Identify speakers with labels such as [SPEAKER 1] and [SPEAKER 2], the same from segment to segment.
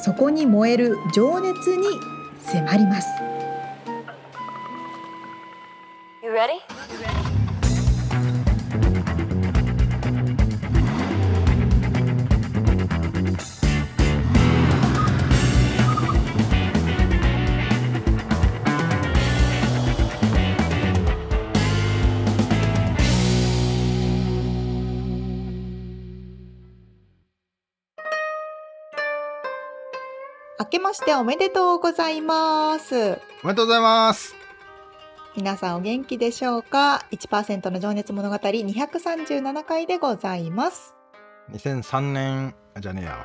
[SPEAKER 1] そこに燃える情熱に迫ります
[SPEAKER 2] You ready?
[SPEAKER 1] 明けましておめでとうございます
[SPEAKER 3] おめでとうございます。
[SPEAKER 1] 皆さんお元気でしょうか1%の情熱物語237回でございます
[SPEAKER 3] 2003年、あじゃねえ や。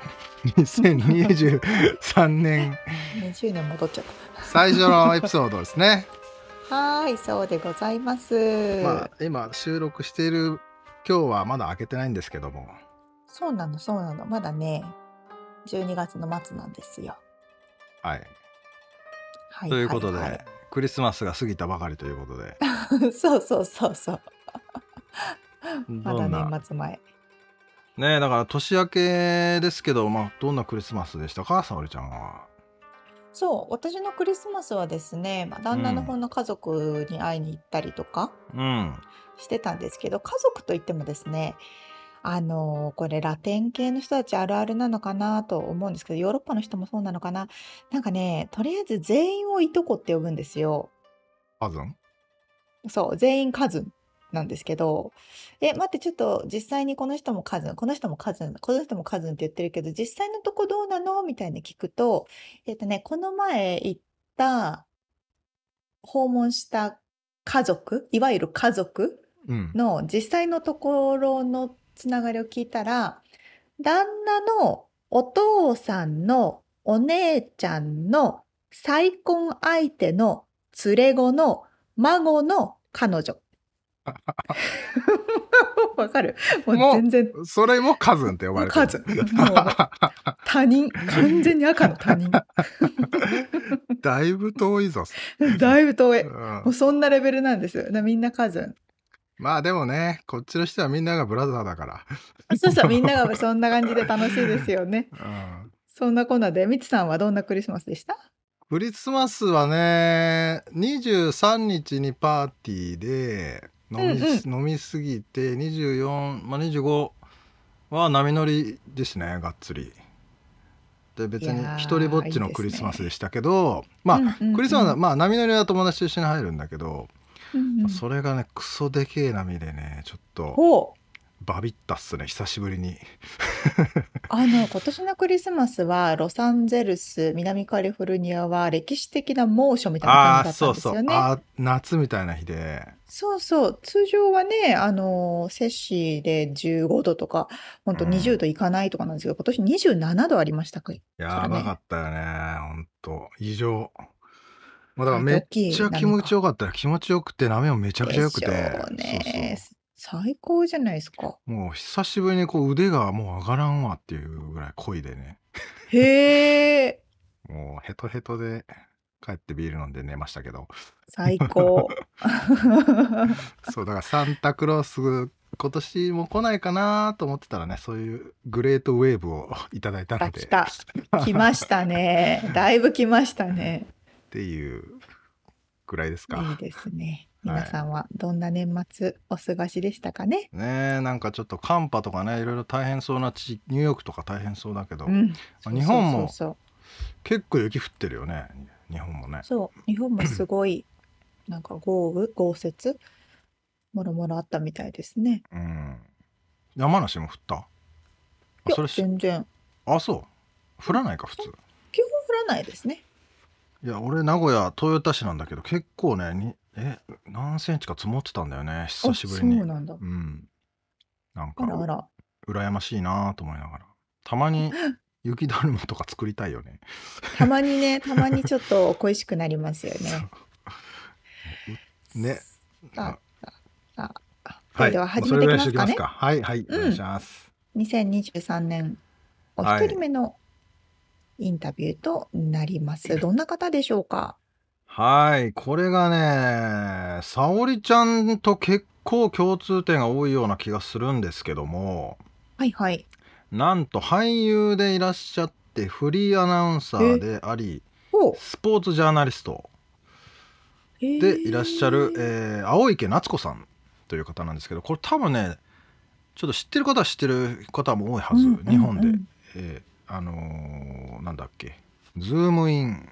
[SPEAKER 3] 2023年、
[SPEAKER 1] 20年戻っちゃっ
[SPEAKER 3] 最初のエピソードですね。
[SPEAKER 1] たはーいそうでございます、
[SPEAKER 3] まあ、今収録している今日はまだ開けてないんですけども、
[SPEAKER 1] そうなのそうなのまだね12月の末なんですよ
[SPEAKER 3] はい。
[SPEAKER 1] は
[SPEAKER 3] ということで、
[SPEAKER 1] は
[SPEAKER 3] クリスマスが過ぎたばかりということ で、
[SPEAKER 1] はい そうそうそうそうま
[SPEAKER 3] ど
[SPEAKER 1] だ
[SPEAKER 3] んな、
[SPEAKER 1] 年末前
[SPEAKER 3] ねえ、だから年明けですけど、まあ、どんなクリスマスでしたか、沙織ちゃんは。
[SPEAKER 1] そう私のクリスマスはですね、まあ、旦那の方の家族に会いに行ったりとか
[SPEAKER 3] うん。
[SPEAKER 1] してたんですけど、家族といってもですねあのこれラテン系の人たちあるあるなのかなと思うんですけどヨーロッパの人もそうなのかななんかねとりあえず全員をいとこって呼ぶんですよ。
[SPEAKER 3] パズン
[SPEAKER 1] そう全員カズンなんですけどえ待ってちょっと実際にこの人もカズンこの人もカズンこの人もカズンって言ってるけど実際のとこどうなのみたいに聞くとえっとねこの前行った訪問した家族いわゆる家族
[SPEAKER 3] うん。
[SPEAKER 1] の実際のところのつながりを聞いたら旦那のお父さんのお姉ちゃんの再婚相手の連れ子の孫の彼女。わかるもう
[SPEAKER 3] もう
[SPEAKER 1] 全然
[SPEAKER 3] それもカズンって呼ば
[SPEAKER 1] もう
[SPEAKER 3] れて
[SPEAKER 1] カ
[SPEAKER 3] る。
[SPEAKER 1] ズもう他人完全に赤の他人
[SPEAKER 3] だいぶ遠いぞ。
[SPEAKER 1] だいぶ遠いも
[SPEAKER 3] うん
[SPEAKER 1] うそんなレベルなんですよなみんなカズン
[SPEAKER 3] まあでもね、こっちの人はみんながブラザーだから。
[SPEAKER 1] そうそうみんながそんな感じで楽しいですよね
[SPEAKER 3] うん
[SPEAKER 1] そんなこんなでみつさんはどんなクリスマスでした
[SPEAKER 3] クリスマスはね23日にパーティーで飲み,、
[SPEAKER 1] う
[SPEAKER 3] 飲みすぎて24、まあ、25は波乗りですねがっつり。で別
[SPEAKER 1] い
[SPEAKER 3] に
[SPEAKER 1] やー
[SPEAKER 3] 一人ぼっちのクリスマスでしたけどまあ、
[SPEAKER 1] うんうんうん
[SPEAKER 3] クリスマスはまあ波乗りは友達と一緒に入るんだけど、
[SPEAKER 1] うんうん
[SPEAKER 3] それがねクソでけえ波でねちょっと
[SPEAKER 1] ほう
[SPEAKER 3] バビったっすね久しぶりに。
[SPEAKER 1] あの今年のクリスマスはロサンゼルス南カリフォルニアは歴史的な猛暑みたいな
[SPEAKER 3] あ
[SPEAKER 1] 感じだ
[SPEAKER 3] あ
[SPEAKER 1] ったん
[SPEAKER 3] そう
[SPEAKER 1] です
[SPEAKER 3] そう
[SPEAKER 1] よね。
[SPEAKER 3] あー夏みたいな日で
[SPEAKER 1] そうそう通常はねあの摂氏で15度とか本当
[SPEAKER 3] うん
[SPEAKER 1] 20度いかないとかなんですけど、今年27度ありましたか
[SPEAKER 3] やばかったよね、ほんと。異常。まあ、だから
[SPEAKER 1] あ
[SPEAKER 3] めっ
[SPEAKER 1] 大きい
[SPEAKER 3] ちゃ気持ちよかったよ。気持ちよくて、波もめちゃくちゃよくて。
[SPEAKER 1] でしょうね最高じゃないですか。
[SPEAKER 3] そうそうもう久しぶりにこう腕がもう上がらんわっていうぐらい濃いでね。
[SPEAKER 1] へえ
[SPEAKER 3] もうヘトヘトで帰ってビール飲んで寝ました けど。
[SPEAKER 1] 最高。
[SPEAKER 3] そう、だからサンタクロース、今年も来ないかなと思ってたらね、そういうグレートウェーブをいただいたので。
[SPEAKER 1] 来た来ましたね。だいぶ来ましたね。
[SPEAKER 3] っていうぐらいですか。
[SPEAKER 1] いいですね。
[SPEAKER 3] はい
[SPEAKER 1] 皆さんはどんな年末お過ごしでしたかね。
[SPEAKER 3] ねえなんかちょっと寒波とかねいろいろ大変そうな地ニューヨークとか大変そうだけど、
[SPEAKER 1] うん、
[SPEAKER 3] あ日本も
[SPEAKER 1] そう
[SPEAKER 3] 結構雪降ってるよね日本も
[SPEAKER 1] そうそ
[SPEAKER 3] ね
[SPEAKER 1] うそう日本もすごいなんか豪雨豪雪もろもろあったみたいですね。
[SPEAKER 3] うん山梨も降ったあ
[SPEAKER 1] いや
[SPEAKER 3] それし
[SPEAKER 1] 全然
[SPEAKER 3] あそう降らないか普通
[SPEAKER 1] 基本降らないですね。
[SPEAKER 3] いや俺名古屋豊田市なんだけど結構ねにえ何センチか積もってたんだよね久しぶり
[SPEAKER 1] あ
[SPEAKER 3] に
[SPEAKER 1] そうなんだ。
[SPEAKER 3] うんなん
[SPEAKER 1] あらあ。
[SPEAKER 3] から羨ましいなと思いながらたまに雪だるまとか作りたいよね。
[SPEAKER 4] たまにね、たまにちょっと恋しくなります よね。
[SPEAKER 3] ね。
[SPEAKER 4] ああ
[SPEAKER 3] は
[SPEAKER 4] それ
[SPEAKER 3] い。
[SPEAKER 4] では
[SPEAKER 3] もう
[SPEAKER 4] 始
[SPEAKER 3] そ
[SPEAKER 4] め
[SPEAKER 3] れ
[SPEAKER 4] てい
[SPEAKER 3] ぐ
[SPEAKER 4] き
[SPEAKER 3] ら
[SPEAKER 4] ますか
[SPEAKER 3] いしときます
[SPEAKER 4] ね。
[SPEAKER 3] か。はいはい。お願いします。
[SPEAKER 4] 2023年お一人目のインタビューとなります。どんな方でしょうか。
[SPEAKER 3] はい。これがね、沙織ちゃんと結構共通点が多いような気がするんですけども、
[SPEAKER 4] はいはい。
[SPEAKER 3] なんと俳優でいらっしゃって、フリーアナウンサーであり、
[SPEAKER 4] お
[SPEAKER 3] スポーツジャーナリストでいらっしゃる、えー青池夏子さんという方なんですけど、これ多分ね、ちょっと知ってる方は知ってる方も多いは
[SPEAKER 4] う
[SPEAKER 3] ず、
[SPEAKER 4] んうんうん
[SPEAKER 3] 日本で。えーあのーなんだっけ、ズームイン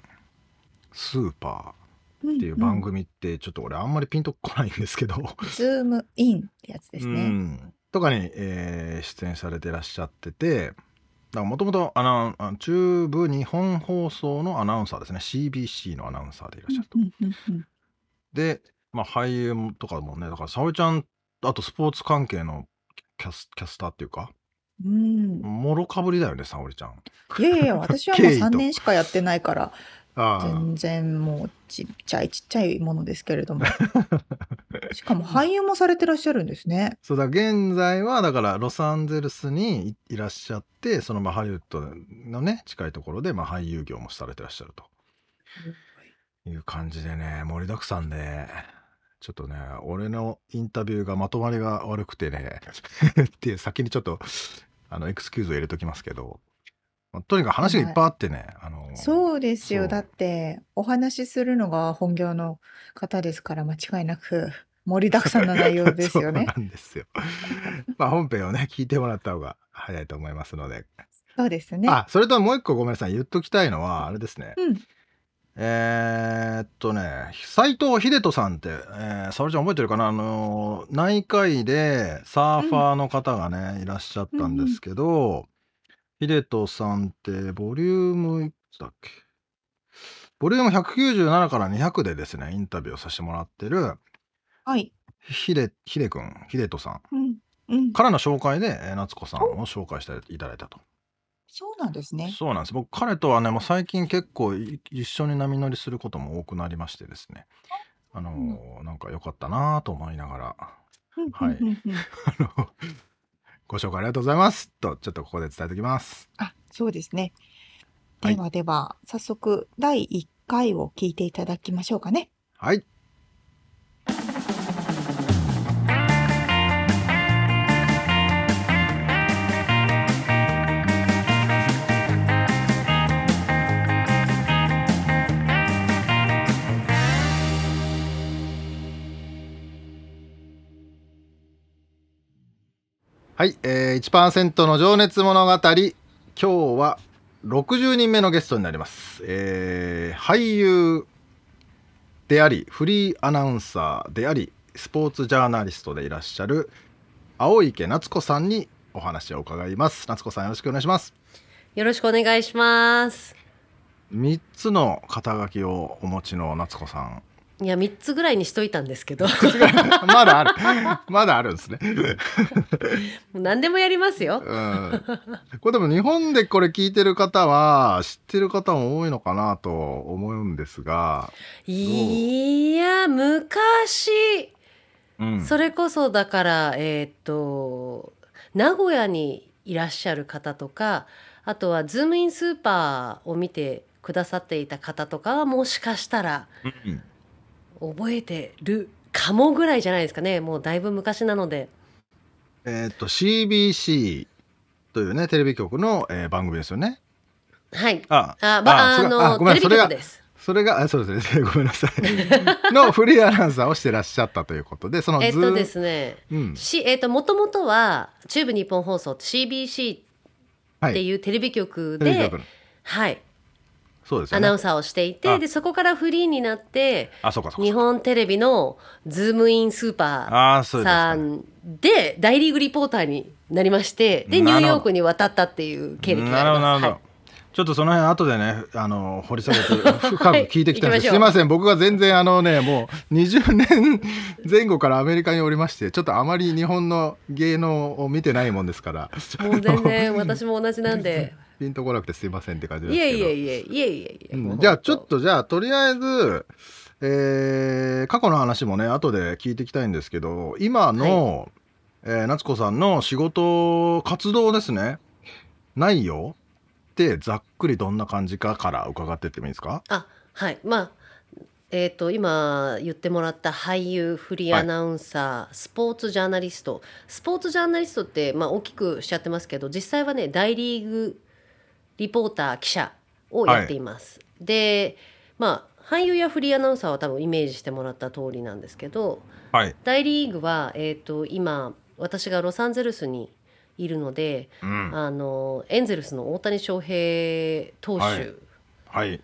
[SPEAKER 3] スーパー。
[SPEAKER 4] っ
[SPEAKER 3] っていう番。組ってちょっと俺あんまりピンとこないんで すけど、
[SPEAKER 4] ズームインってやつです
[SPEAKER 3] う
[SPEAKER 4] ね。
[SPEAKER 3] んとかに、えー出演されてらっしゃっててもともと中部日本放送のアナウンサーですね CBC のアナウンサーでいらっしゃると。
[SPEAKER 4] うんうんうん
[SPEAKER 3] で、まあ、俳優とかもねだから沙織ちゃんあとスポーツ関係のキャスキャスターっていうか
[SPEAKER 4] うん。うん
[SPEAKER 3] もろかぶりだよね沙織ちゃん。
[SPEAKER 4] いやい や、私はもう
[SPEAKER 3] 経緯と
[SPEAKER 4] 3年しかやってないから、
[SPEAKER 3] あ
[SPEAKER 4] 全然もうちっちゃいちっちゃいものですけれど も。しかも俳優もされてらっしゃるんです ね。
[SPEAKER 3] そうだ現在はだからロサンゼルスにいいらっしゃってそのまあハリウッドのね近いところでまあ俳優業もされてらっしゃるという感じでね盛りだくさんでちょっとね俺のインタビューがまとまりが悪くてねっていう先にちょっとあのエクスキューズを入れときますけど、まあとにかく話がいっぱいあってね、あの
[SPEAKER 4] そうです
[SPEAKER 3] そ
[SPEAKER 4] よ。
[SPEAKER 3] う
[SPEAKER 4] だって、お話しするのが本業の方ですから、間違いなく盛りだくさんな内容ですよね
[SPEAKER 3] そ。うなんですよまあ本編をね聞いてもらった方が早いと思いますので
[SPEAKER 4] そうですね。
[SPEAKER 3] あそれともう一個ごめんなさい言っときたいのはあれですね、
[SPEAKER 4] うん
[SPEAKER 3] えーっとね斎藤秀人さんって、えー、沙織ちゃん覚えてるかなあのー内科医でサーファーの方がね、いらっしゃったんですけど、秀人さんってボリュームいくつだっけボリューム197から200でですねインタビューをさせてもらってる
[SPEAKER 4] はい。
[SPEAKER 3] ひでひでくん秀人さん
[SPEAKER 4] うん。うん。
[SPEAKER 3] からの紹介でえー夏子さんを紹介していただいたと。
[SPEAKER 4] そうなんですね。
[SPEAKER 3] そうなんです僕彼とはねもう最近結構い一緒に波乗りすることも多くなりましてですねあのーなんか良かったなと思いながらはい
[SPEAKER 4] うんうんうんうん
[SPEAKER 3] あの ご紹介ありがとうございますとちょっとここで伝えておきます
[SPEAKER 4] あ、そうですね。
[SPEAKER 3] はい
[SPEAKER 4] ではでは、早速、第1回を聞いていただきましょうかね。
[SPEAKER 3] はいはい、えー、1%の情熱物語今日は60人目のゲストになります、えー俳優でありフリーアナウンサーでありスポーツジャーナリストでいらっしゃる青池夏子さんにお話を伺います夏子さんよろしくお願いします
[SPEAKER 2] よろしくお願いします。
[SPEAKER 3] 3つの肩書きをお持ちの夏子さん
[SPEAKER 2] いや、3つぐらいにしといたんですけど、
[SPEAKER 3] まだあるまだあるんですね
[SPEAKER 2] もう何でもやりますよ。
[SPEAKER 3] うんこれでも日本でこれ聞いてる方は知ってる方も多いのかなと思うんですが、
[SPEAKER 2] いや、昔、
[SPEAKER 3] うん
[SPEAKER 2] それこそだから、えーっと、名古屋にいらっしゃる方とか、あとはズームインスーパーを見てくださっていた方とかは、もしかしたら
[SPEAKER 3] うん
[SPEAKER 2] 覚えてるかもぐらいじゃないですかね。もうだいぶ昔なので。
[SPEAKER 3] えっと CBC というねテレビ局の、えー番組ですよね。
[SPEAKER 2] はい。
[SPEAKER 3] あ
[SPEAKER 2] あ、ば、あ
[SPEAKER 3] それ
[SPEAKER 2] の、
[SPEAKER 3] ごめん
[SPEAKER 2] テレ
[SPEAKER 3] そ
[SPEAKER 2] ビ
[SPEAKER 3] れ
[SPEAKER 2] 局
[SPEAKER 3] が
[SPEAKER 2] です。
[SPEAKER 3] それがあそうですね ごめんなさいのフリーアナウンサーをしてらっしゃったということでその
[SPEAKER 2] えーっとで
[SPEAKER 3] ず
[SPEAKER 2] すね。
[SPEAKER 3] うん
[SPEAKER 2] し、えっ、と、もともとは、中部日本放送って CBC
[SPEAKER 3] は
[SPEAKER 2] って
[SPEAKER 3] い
[SPEAKER 2] いうテレビ局
[SPEAKER 3] テレ
[SPEAKER 2] で、
[SPEAKER 3] ビ
[SPEAKER 2] はい、
[SPEAKER 3] 局のそうです
[SPEAKER 2] ア
[SPEAKER 3] よ
[SPEAKER 2] ナウ
[SPEAKER 3] ね
[SPEAKER 2] ン。サーをしてい
[SPEAKER 3] あ
[SPEAKER 2] て、で、そこからフリーになって、
[SPEAKER 3] あそうかそうか
[SPEAKER 2] 日。本テレビのズームインスーパ
[SPEAKER 3] ああそう
[SPEAKER 2] ー
[SPEAKER 3] です
[SPEAKER 2] さ
[SPEAKER 3] か。
[SPEAKER 2] んで、大リーグリポーターになりまして、で、ニューヨークに渡ったっていう経歴があり
[SPEAKER 3] な
[SPEAKER 2] ま
[SPEAKER 3] るほどなる
[SPEAKER 2] す。
[SPEAKER 3] ほど、
[SPEAKER 2] はい
[SPEAKER 3] ちょっとその辺後でねあの掘り下げて深く聞いて きたんですけ
[SPEAKER 2] 行きましょう
[SPEAKER 3] ど、すいません僕が全然あのねもう20年前後からアメリカにおりましてちょっとあま り日本の芸能を見てないもんですから
[SPEAKER 2] もう全然私も同じなんで、
[SPEAKER 3] ピンとこなくてすいませんって感じです
[SPEAKER 2] い
[SPEAKER 3] けど
[SPEAKER 2] えいえいえいえいえいえ、
[SPEAKER 3] うんじゃあちょっとじゃあとりあえず、えー過去の話もね後で聞いていきたいんですけど今の、えー夏子さんの仕事活動ですね内容ってざっくりどんな感じかから伺ってってもいいですか
[SPEAKER 2] あはいまあえっ、と今言ってもらった俳優フリーアナウンサー、スポーツジャーナリストスポーツジャーナリストって、まあ、大きくしちゃってますけど実際はね大リーグリポーター記者をやっています、でまあ俳優やフリーアナウンサーは多分イメージしてもらった通りなんですけど
[SPEAKER 3] はい、
[SPEAKER 2] 大リーグは、えっと今私がロサンゼルスにいるので
[SPEAKER 3] うん、
[SPEAKER 2] あのエンゼルスの大谷翔平投手、
[SPEAKER 3] はいはい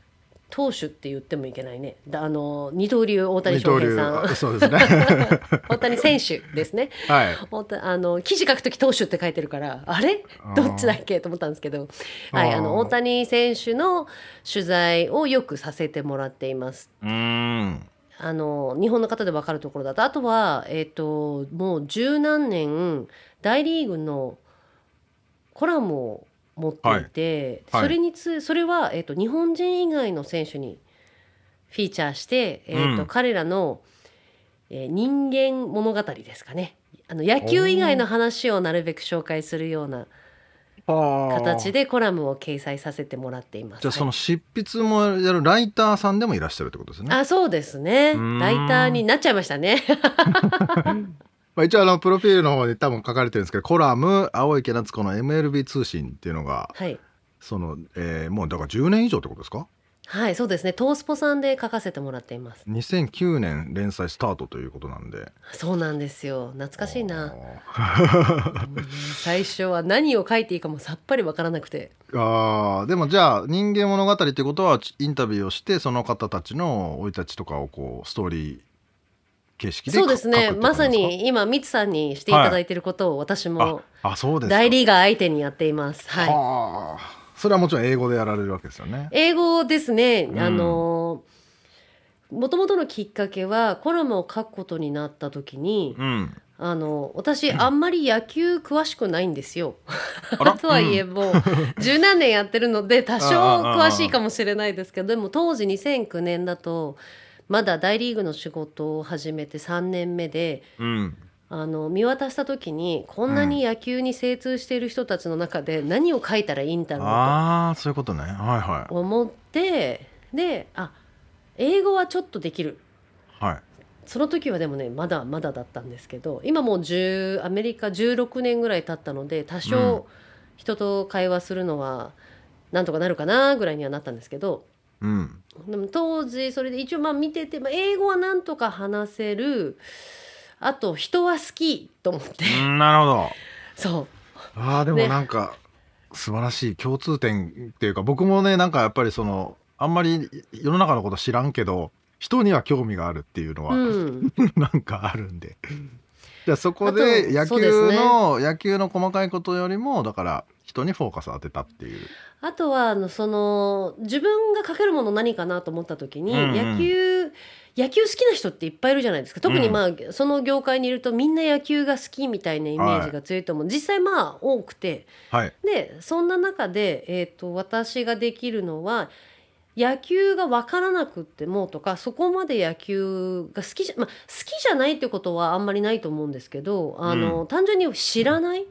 [SPEAKER 2] 投手って言ってもいけないね。だあの二刀流大谷
[SPEAKER 3] 二
[SPEAKER 2] 翔
[SPEAKER 3] 刀
[SPEAKER 2] 平さ
[SPEAKER 3] 流
[SPEAKER 2] ん、
[SPEAKER 3] あそうで すね
[SPEAKER 2] 大谷選手ですね。
[SPEAKER 3] はい
[SPEAKER 2] 大谷あの記事書くとき投手って書いてるから、あれ
[SPEAKER 3] あー
[SPEAKER 2] どっちだっけと思ったんですけど、はい
[SPEAKER 3] あー
[SPEAKER 2] あの大谷選手の取材をよくさせてもらっています。
[SPEAKER 3] うーん
[SPEAKER 2] あの日本の方で分かるところだとあとは、えっともう十何年大リーグのコラムを持っていて、
[SPEAKER 3] はいはい
[SPEAKER 2] それにつそれは、えっと日本人以外の選手にフィーチャーして、えっと
[SPEAKER 3] うん
[SPEAKER 2] 彼らの、えー人間物語ですかねあの野球以外の話をなるべく紹介するような形
[SPEAKER 3] 形
[SPEAKER 2] でコラムを掲載させてもらっています。
[SPEAKER 3] じゃあそ
[SPEAKER 2] は
[SPEAKER 3] の
[SPEAKER 2] い
[SPEAKER 3] 執筆もやるライターさんでもいらっしゃるってことですね
[SPEAKER 2] あそうですね
[SPEAKER 3] うーん
[SPEAKER 2] ライターになっちゃいましたね。
[SPEAKER 3] まあ、一応あのプロフィールの方に多分書かれてるんですけどコラム「青池夏子の MLB 通信」っていうのが
[SPEAKER 2] はい
[SPEAKER 3] その、えーもうだから10年以上ってことですか
[SPEAKER 2] はい、そうですね。トースポさんで書かせてもらっています。
[SPEAKER 3] 2009年連載スタートということなんで
[SPEAKER 2] そうなんですよ。懐かしいな。
[SPEAKER 3] あ
[SPEAKER 2] もうね最初は何を書いていいかもさっぱりわからなくて。
[SPEAKER 3] ーあーでもじゃあ「人間物語」ってことはちインタビューをしてその方たちの生い立ちとかをこうストーリー形式で
[SPEAKER 2] そうですね。
[SPEAKER 3] 書くってこと
[SPEAKER 2] まさ
[SPEAKER 3] ですか
[SPEAKER 2] に今ミツさんにしていただいていることを私も
[SPEAKER 3] あそうですか
[SPEAKER 2] 代理が相手にやっています。はい。
[SPEAKER 3] はあそれはもちろん英語でやられるわけですよね
[SPEAKER 2] 英語ですね。
[SPEAKER 3] ん
[SPEAKER 2] あのもともとのきっかけはコラムを書くことになった時に、
[SPEAKER 3] うん
[SPEAKER 2] あの私あんまり野球詳しくないんですよ。
[SPEAKER 3] あら
[SPEAKER 2] とはいえ
[SPEAKER 3] うん
[SPEAKER 2] もう十何年やってるの で多少
[SPEAKER 3] ああああ
[SPEAKER 2] 詳しいかもしれないですけどでも当時2009年だとまだ大リーグの仕事を始めて3年目で
[SPEAKER 3] うん
[SPEAKER 2] あの見渡した時にこんなに野球に精通している人たちの中で何を書いたらいいんだろうと
[SPEAKER 3] ああそういうことねはいはい
[SPEAKER 2] 思ってであ英語はちょっとできる
[SPEAKER 3] はい
[SPEAKER 2] その時はでもねまだまだだったんですけど今もう10アメリカ16年ぐらい経ったので多
[SPEAKER 3] うん
[SPEAKER 2] 少人と会話するのはなんとかなるかなぐらいにはなったんですけど
[SPEAKER 3] うん
[SPEAKER 2] でも当時それで一応まあ見てて、まあ、英語はなんとか話せるあと人は好きと思って、
[SPEAKER 3] なるほど
[SPEAKER 2] そう
[SPEAKER 3] あーでも
[SPEAKER 2] ね
[SPEAKER 3] なんか素晴らしい共通点っていうか僕もねなんかやっぱりそのあんまり世の中のこと知らんけど人には興味があるっていうのは、
[SPEAKER 2] うん、
[SPEAKER 3] なんかあるんでじゃあそこ
[SPEAKER 2] あ
[SPEAKER 3] で
[SPEAKER 2] と
[SPEAKER 3] 野
[SPEAKER 2] そうです
[SPEAKER 3] 球
[SPEAKER 2] ね
[SPEAKER 3] の、野球の細かいことよりもだから人にフォーカスを当てたっていう
[SPEAKER 2] あとはあのその自分が書けるもの何かなと思った時に、
[SPEAKER 3] うんうん
[SPEAKER 2] 野球野球好きな人っていっぱいいるじゃないですか特に
[SPEAKER 3] うん
[SPEAKER 2] まあ、その業界にいるとみんな野球が好きみたいなイメージが強いと思う、実際まあ多くて
[SPEAKER 3] はい
[SPEAKER 2] でそんな中で、えー、と私ができるのは野球が分からなくってもとかそこまで野球が好きじゃ、まあ、好きじゃないってことはあんまりないと思うんですけどあの、
[SPEAKER 3] う
[SPEAKER 2] 単純に知らない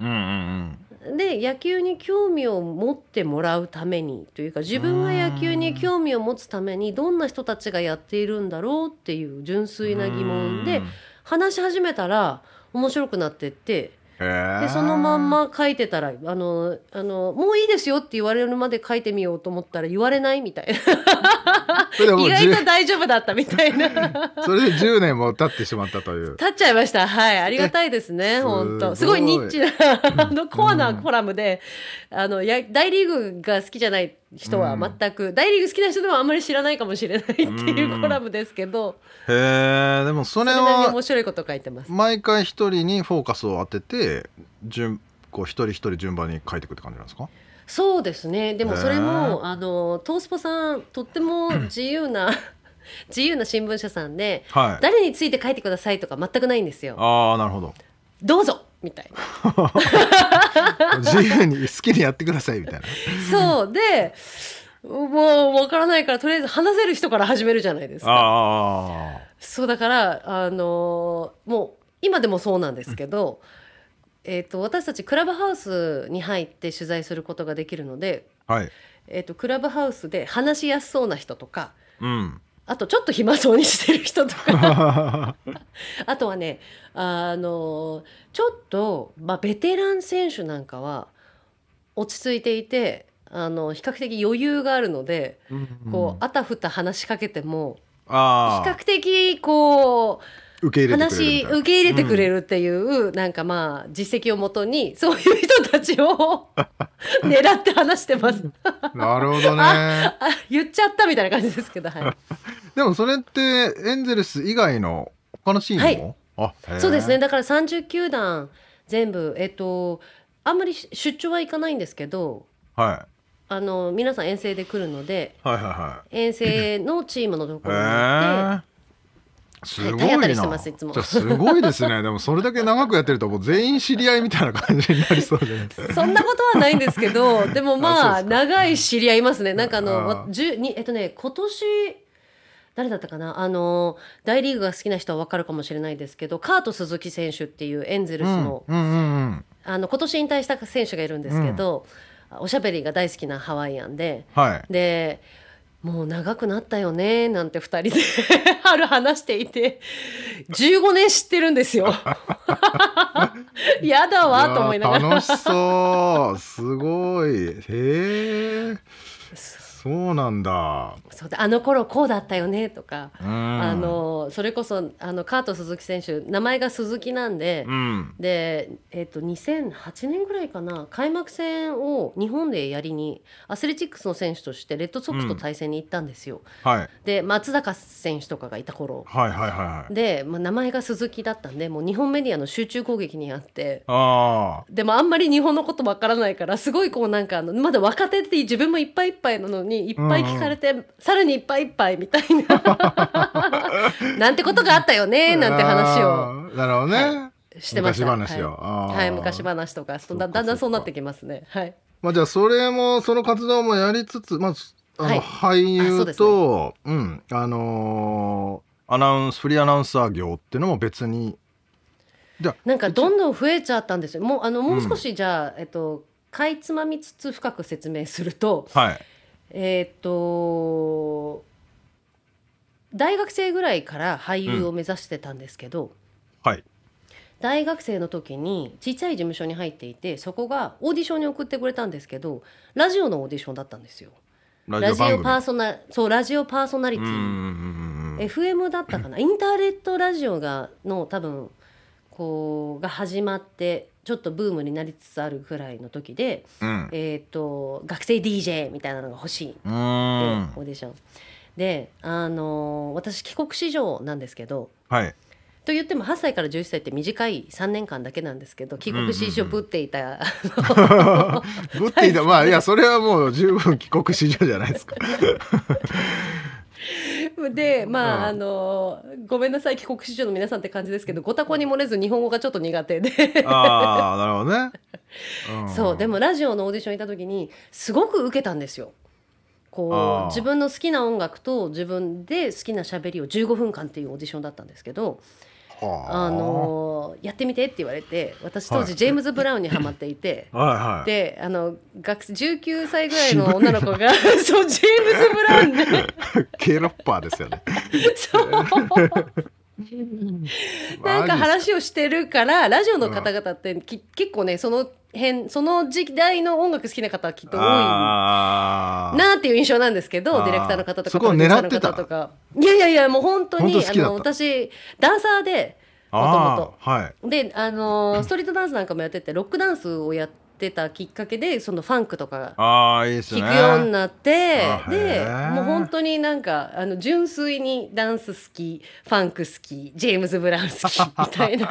[SPEAKER 3] うんうん
[SPEAKER 2] で野球に興味を持ってもらうためにというか自分が野球に興味を持つためにどんな人たちがやっているんだろうっていう純粋な疑問で話し始めたら面白くなってってで
[SPEAKER 3] で
[SPEAKER 2] そのまんま書いてたらあのあの「もういいですよ」って言われるまで書いてみようと思ったら言われないみたいな 意外と大丈夫だったみたいな
[SPEAKER 3] それで10年も経ってしまったという
[SPEAKER 2] 立っちゃいましたはいありがたいです
[SPEAKER 3] え
[SPEAKER 2] ね本当
[SPEAKER 3] す
[SPEAKER 2] す
[SPEAKER 3] ご
[SPEAKER 2] ご
[SPEAKER 3] い
[SPEAKER 2] いニッチなあのコアなコラムで、あのや大リーグが好きじゃない人は全く、大リーグ好きな人でもあんまり知らないかもしれないっていうコラムですけど、
[SPEAKER 3] へえでもそ
[SPEAKER 2] そ
[SPEAKER 3] れ
[SPEAKER 2] れなりに
[SPEAKER 3] は
[SPEAKER 2] 面白いこと書いてます
[SPEAKER 3] 毎回一人にフォーカスを当てて順こう一人一人順番に書いていくって感じなんですか
[SPEAKER 2] そうですねでもそれ
[SPEAKER 3] ね
[SPEAKER 2] も、あのトースポさんとって も自由な自由な新聞社さんで
[SPEAKER 3] はい
[SPEAKER 2] 誰について書いてくださいとか全くないんですよ
[SPEAKER 3] ああなるほど
[SPEAKER 2] どうぞみたいな。
[SPEAKER 3] 自由に好きにやってくださいみたいな
[SPEAKER 2] そうでもうわからないからとりあえず話せる人から始めるじゃないですか。
[SPEAKER 3] あ
[SPEAKER 2] そうだからあのーもう今でもそうなんですけど、えっと私たちクラブハウスに入って取材することができるので、
[SPEAKER 3] あはい
[SPEAKER 2] えっとクラブハウスで話しやすそうな人とか
[SPEAKER 3] うん
[SPEAKER 2] あとちょっと暇そうにしてる人とか
[SPEAKER 3] は
[SPEAKER 2] あとはね、あのちょっと、まあ、ベテラン選手なんかは落ち着いていて、あの比較的余裕があるので、こうあたふた話しかけても比
[SPEAKER 3] あ
[SPEAKER 2] 較的こ
[SPEAKER 3] ー受け
[SPEAKER 2] う
[SPEAKER 3] 入れてくれ
[SPEAKER 2] 話
[SPEAKER 3] るみたい
[SPEAKER 2] 受け入れてくれるっていう、なんかまあ実績をもとにそういう人たちを 狙って話してます。
[SPEAKER 3] ななるほどね
[SPEAKER 2] あ言っちゃったみたいな感じですけど、はい、
[SPEAKER 3] でもそれってエンゼルス以外の他のチームも、あへー
[SPEAKER 2] そうですねだから30球団全部えっとあんまり出張は行かないんですけど
[SPEAKER 3] は
[SPEAKER 2] あの皆さん遠征で来るので
[SPEAKER 3] いはいはいはい
[SPEAKER 2] 遠征のチームのところに行っ
[SPEAKER 3] へえすご
[SPEAKER 2] 体当
[SPEAKER 3] い
[SPEAKER 2] た
[SPEAKER 3] な
[SPEAKER 2] りしてますいつも
[SPEAKER 3] じゃあすごいで すねでもそれだけ長くやってるともう全員知り合いみたいな感じになりそうじゃないですか
[SPEAKER 2] てそんなことはないんですけ どでもま
[SPEAKER 3] あ
[SPEAKER 2] あ
[SPEAKER 3] そうですか
[SPEAKER 2] 長い知り合いいますねなんかあの
[SPEAKER 3] あー
[SPEAKER 2] わじゅにえっとね今年誰だったかなあの大リーグが好きな人は分かるかもしれないですけどカート・鈴木選手って いうエンゼルスの,、
[SPEAKER 3] うんうんうん
[SPEAKER 2] あの今年引退した選手がいるんですけど、おしゃべりが大好きなハワイアンで。
[SPEAKER 3] はい
[SPEAKER 2] でもう長くなったよねなんて2人で 春話していて15年知ってるんですよ。 やだわと思いなが
[SPEAKER 3] う
[SPEAKER 2] ら
[SPEAKER 3] わ楽しそうすごいへえそうなんだ
[SPEAKER 2] そうであの頃こうだったよねとか、
[SPEAKER 3] うん
[SPEAKER 2] あのそれこそあのカート・鈴木選手名前が鈴木なんで、
[SPEAKER 3] うん
[SPEAKER 2] で、えっと2008年ぐらいかな開幕戦を日本でやりにアスレチックスの選手としてレッドソックスと対戦に行ったんですよ。
[SPEAKER 3] はい
[SPEAKER 2] で松坂選手とかがいた頃
[SPEAKER 3] はいはいはいはい
[SPEAKER 2] で、まあ、名前が鈴木だったんでもう日本メディアの集中攻撃にあって
[SPEAKER 3] あ
[SPEAKER 2] でもあんまり日本のことわからないからすごいこうなんかあのまだ若手って自分もいっぱいいっぱいなのにいっぱい聞かれて、さらにいっぱいいっぱいみたいななんてことがあったよね
[SPEAKER 3] あ
[SPEAKER 2] なんて話を
[SPEAKER 3] をなるほどね、
[SPEAKER 2] してました
[SPEAKER 3] 昔話をあ
[SPEAKER 2] は
[SPEAKER 3] ー
[SPEAKER 2] い、はい、昔話とかそんな
[SPEAKER 3] そっか
[SPEAKER 2] だんだん
[SPEAKER 3] そ
[SPEAKER 2] そ
[SPEAKER 3] っ
[SPEAKER 2] う
[SPEAKER 3] か
[SPEAKER 2] なってきますねはい
[SPEAKER 3] まあじゃあそれもその活動もやりつつまずあの、俳
[SPEAKER 2] あそう
[SPEAKER 3] 優
[SPEAKER 2] です
[SPEAKER 3] とう、んあのーアナウンスフリーアナウンサー業っていうのも別に
[SPEAKER 2] なんかどんどん増えちゃったんですよもうあのもう少しじゃあ、えっとかいつまみつつ深く説明すると、
[SPEAKER 3] はい
[SPEAKER 2] えーっと大学生ぐらいから俳優を目指してたんですけど、
[SPEAKER 3] はい
[SPEAKER 2] 大学生の時にちっちゃい事務所に入っていてそこがオーディションに送ってくれたんですけどラジオのオーディションだったんですよ。
[SPEAKER 3] ラ
[SPEAKER 2] ラ
[SPEAKER 3] ジオ
[SPEAKER 2] ジ
[SPEAKER 3] 番
[SPEAKER 2] オ
[SPEAKER 3] 組
[SPEAKER 2] パーソナそうラジオパーソナリテ
[SPEAKER 3] うんうん
[SPEAKER 2] ィ、
[SPEAKER 3] うんうん
[SPEAKER 2] FM だったか なインターネットラジオがの多分こうが始まってちょっとブームになりつつあるぐらいの時で、
[SPEAKER 3] うん
[SPEAKER 2] えーっと学生 DJ みたいなのが欲しい
[SPEAKER 3] うん
[SPEAKER 2] でオーディションで、あのー私帰国子女なんですけど
[SPEAKER 3] はい
[SPEAKER 2] と言っても8歳から11歳って短い3年間だけなんですけど帰国子
[SPEAKER 3] うんうんう
[SPEAKER 2] 女
[SPEAKER 3] ん
[SPEAKER 2] ぶっていた、
[SPEAKER 3] ぶっていたまあいやそれはもう十分帰国子女じゃないですか
[SPEAKER 2] でまあ、
[SPEAKER 3] う
[SPEAKER 2] あのーごめんなさい帰国子女の皆さんって感じですけどご多幸に漏れず日本語がちょっと苦手で。
[SPEAKER 3] ああなるほどね、ん
[SPEAKER 2] そうでもラジオのオーディションに行った時にすごく受けたんですよ。こ
[SPEAKER 3] あー
[SPEAKER 2] う自分の好きな音楽と自分で好きな喋りを15分間っていうオーディションだったんですけど、
[SPEAKER 3] はあ
[SPEAKER 2] あのやってみてって言われて私当
[SPEAKER 3] はい。
[SPEAKER 2] 時ジェームズ・ブラウンにはまっていて
[SPEAKER 3] はいはい
[SPEAKER 2] であの学生19歳ぐらいの女の子が そうジェームズ・ブラウンで
[SPEAKER 3] ケロッパーですよね
[SPEAKER 2] そうなんか
[SPEAKER 3] マジっす
[SPEAKER 2] 話をしてるからラジオの方々ってき、結構ねその辺その時代の音楽好きな方はきっと多い
[SPEAKER 3] あー
[SPEAKER 2] なっていう印象なんですけ
[SPEAKER 3] あ
[SPEAKER 2] ど
[SPEAKER 3] ー
[SPEAKER 2] ディレクターの方とか
[SPEAKER 3] そこを
[SPEAKER 2] プロデューサー
[SPEAKER 3] 狙ってた
[SPEAKER 2] の方とかいやいやいやもう本当に
[SPEAKER 3] 本当好きだった
[SPEAKER 2] あの私ダンサーでもともと
[SPEAKER 3] あーはい
[SPEAKER 2] であのーストリートダンスなんかもやっててロックダンスをやっってたきっかけでそのファンクとか
[SPEAKER 3] ああいいです
[SPEAKER 2] 聞
[SPEAKER 3] ね
[SPEAKER 2] くようになって、
[SPEAKER 3] あへ
[SPEAKER 2] で
[SPEAKER 3] ー
[SPEAKER 2] もう本当になんかあの純粋にダンス好きファンク好きジェームズ・ブラウン好 きみたいな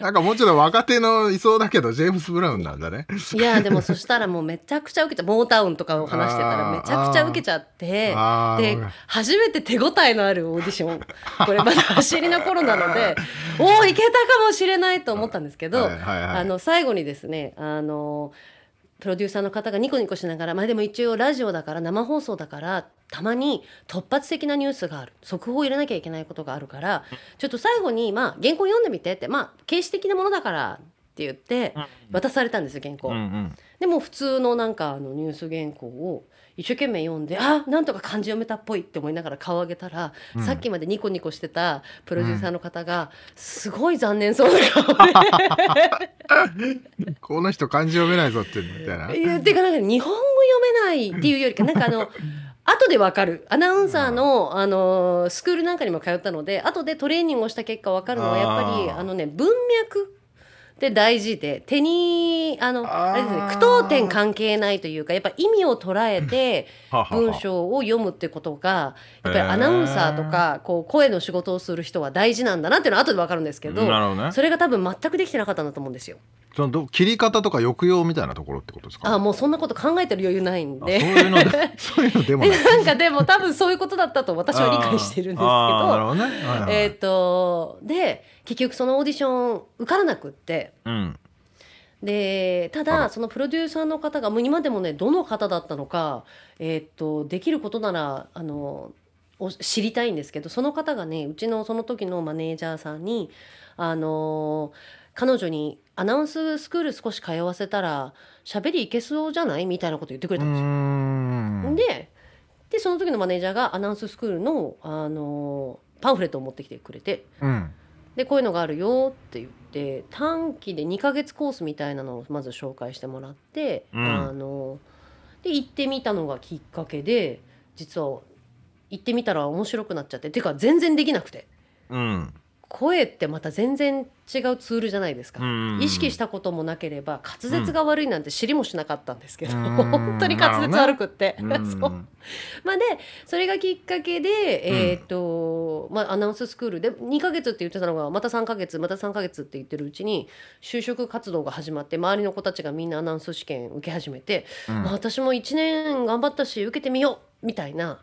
[SPEAKER 3] なんかもうちょっと若手のいそうだけどジェームス・ブラウンなんだね
[SPEAKER 2] いやでもそしたらもうめちゃくちゃ受けたモータウンとかを話してたら
[SPEAKER 3] あー
[SPEAKER 2] めちゃくちゃ受けちゃって
[SPEAKER 3] あ
[SPEAKER 2] で
[SPEAKER 3] ー
[SPEAKER 2] 初めて手応えのあるオーディションこれまだ走りの頃なの でおおいけたかもしれないと思ったんですけど、
[SPEAKER 3] はいはいはい
[SPEAKER 2] あの最後にですねあのプロデューサーの方がニコニコしながら、まあ、でも一応ラジオだから生放送だからたまに突発的なニュースがある速報を入れなきゃいけないことがあるからちょっと最後に、まあ、原稿読んでみてって、まあ、形式的なものだからって言って渡されたんですよ原稿。
[SPEAKER 3] うんうん
[SPEAKER 2] でもう普通のなんかあのニュース原稿を一生懸命読んであなんとか漢字読めたっぽいって思いながら顔上げたら、
[SPEAKER 3] うん
[SPEAKER 2] さっきまでニコニコしてたプロデューサーの方が、すごい残念そうな顔で
[SPEAKER 3] この人漢字読めないぞってみたいな。
[SPEAKER 2] いやていうかなんか日本語読めないっていうより かなんかあの後でわかるアナウンサーの、あのースクールなんかにも通ったので後でトレーニングをした結果わかるのはやっぱり
[SPEAKER 3] あ
[SPEAKER 2] あ
[SPEAKER 3] ー
[SPEAKER 2] のね文脈で大事で手にあの
[SPEAKER 3] あー
[SPEAKER 2] あれですね句読点関係ないというかやっぱ意味を捉えて
[SPEAKER 3] ははは
[SPEAKER 2] 文章を読むってことがやっぱりアナウンサーとかこう声の仕事をする人は大事なんだなっていうのは後でわかるんですけど
[SPEAKER 3] なるほどね。
[SPEAKER 2] それが多分全くできてなかったんだと思うんですよ。
[SPEAKER 3] そのど切り方とか抑揚みたいなところってことですか。
[SPEAKER 2] あもうそんなこと考えてる余裕ないん
[SPEAKER 3] あ
[SPEAKER 2] で
[SPEAKER 3] そういうので そういうのでも
[SPEAKER 2] で
[SPEAKER 3] ない。
[SPEAKER 2] なんかでも多分そういうことだったと 私は理解してるんですけ
[SPEAKER 3] あーなる
[SPEAKER 2] ど。
[SPEAKER 3] ほどね。はいはい
[SPEAKER 2] えー、とで結局そのオーディション受からなくって
[SPEAKER 3] うん。
[SPEAKER 2] でた
[SPEAKER 3] あ
[SPEAKER 2] だ
[SPEAKER 3] ら
[SPEAKER 2] そのプロデューサーの方がもう今でもねどの方だったのか、えー、とできることならあのお知りたいんですけどその方がねうちのその時のマネージャーさんにあの彼女にアナウンススクール少し通わせたら喋りいけそうじゃないみたいなこと言ってく
[SPEAKER 3] う
[SPEAKER 2] れたんですよ。
[SPEAKER 3] ーん。
[SPEAKER 2] ででその時のマネージャーがアナウンススクールの、あのパンフレットを持ってきてくれて
[SPEAKER 3] うん。
[SPEAKER 2] でこういうのがあるよって言って短期で2ヶ月コースみたいなのをまず紹介してもらって、
[SPEAKER 3] うん
[SPEAKER 2] あので行ってみたのがきっかけで実は行ってみたら面白くなっちゃってていうか全然できなくて
[SPEAKER 3] うん。
[SPEAKER 2] 声ってまた全然違うツールじゃないですか。
[SPEAKER 3] うん
[SPEAKER 2] 意識したこともなければ滑舌が悪いなんて知りもしなかったんですけど、
[SPEAKER 3] うん
[SPEAKER 2] 本当に滑舌悪くって、
[SPEAKER 3] うん
[SPEAKER 2] そうまあ、でそれがきっかけで、えーとまあ、アナウンススクールで2ヶ月って言ってたのがまた3ヶ月また3ヶ月って言ってるうちに就職活動が始まって周りの子たちがみんなアナウンス試験受け始めて、
[SPEAKER 3] うん
[SPEAKER 2] まあ私も1年頑張ったし受けてみようみたいな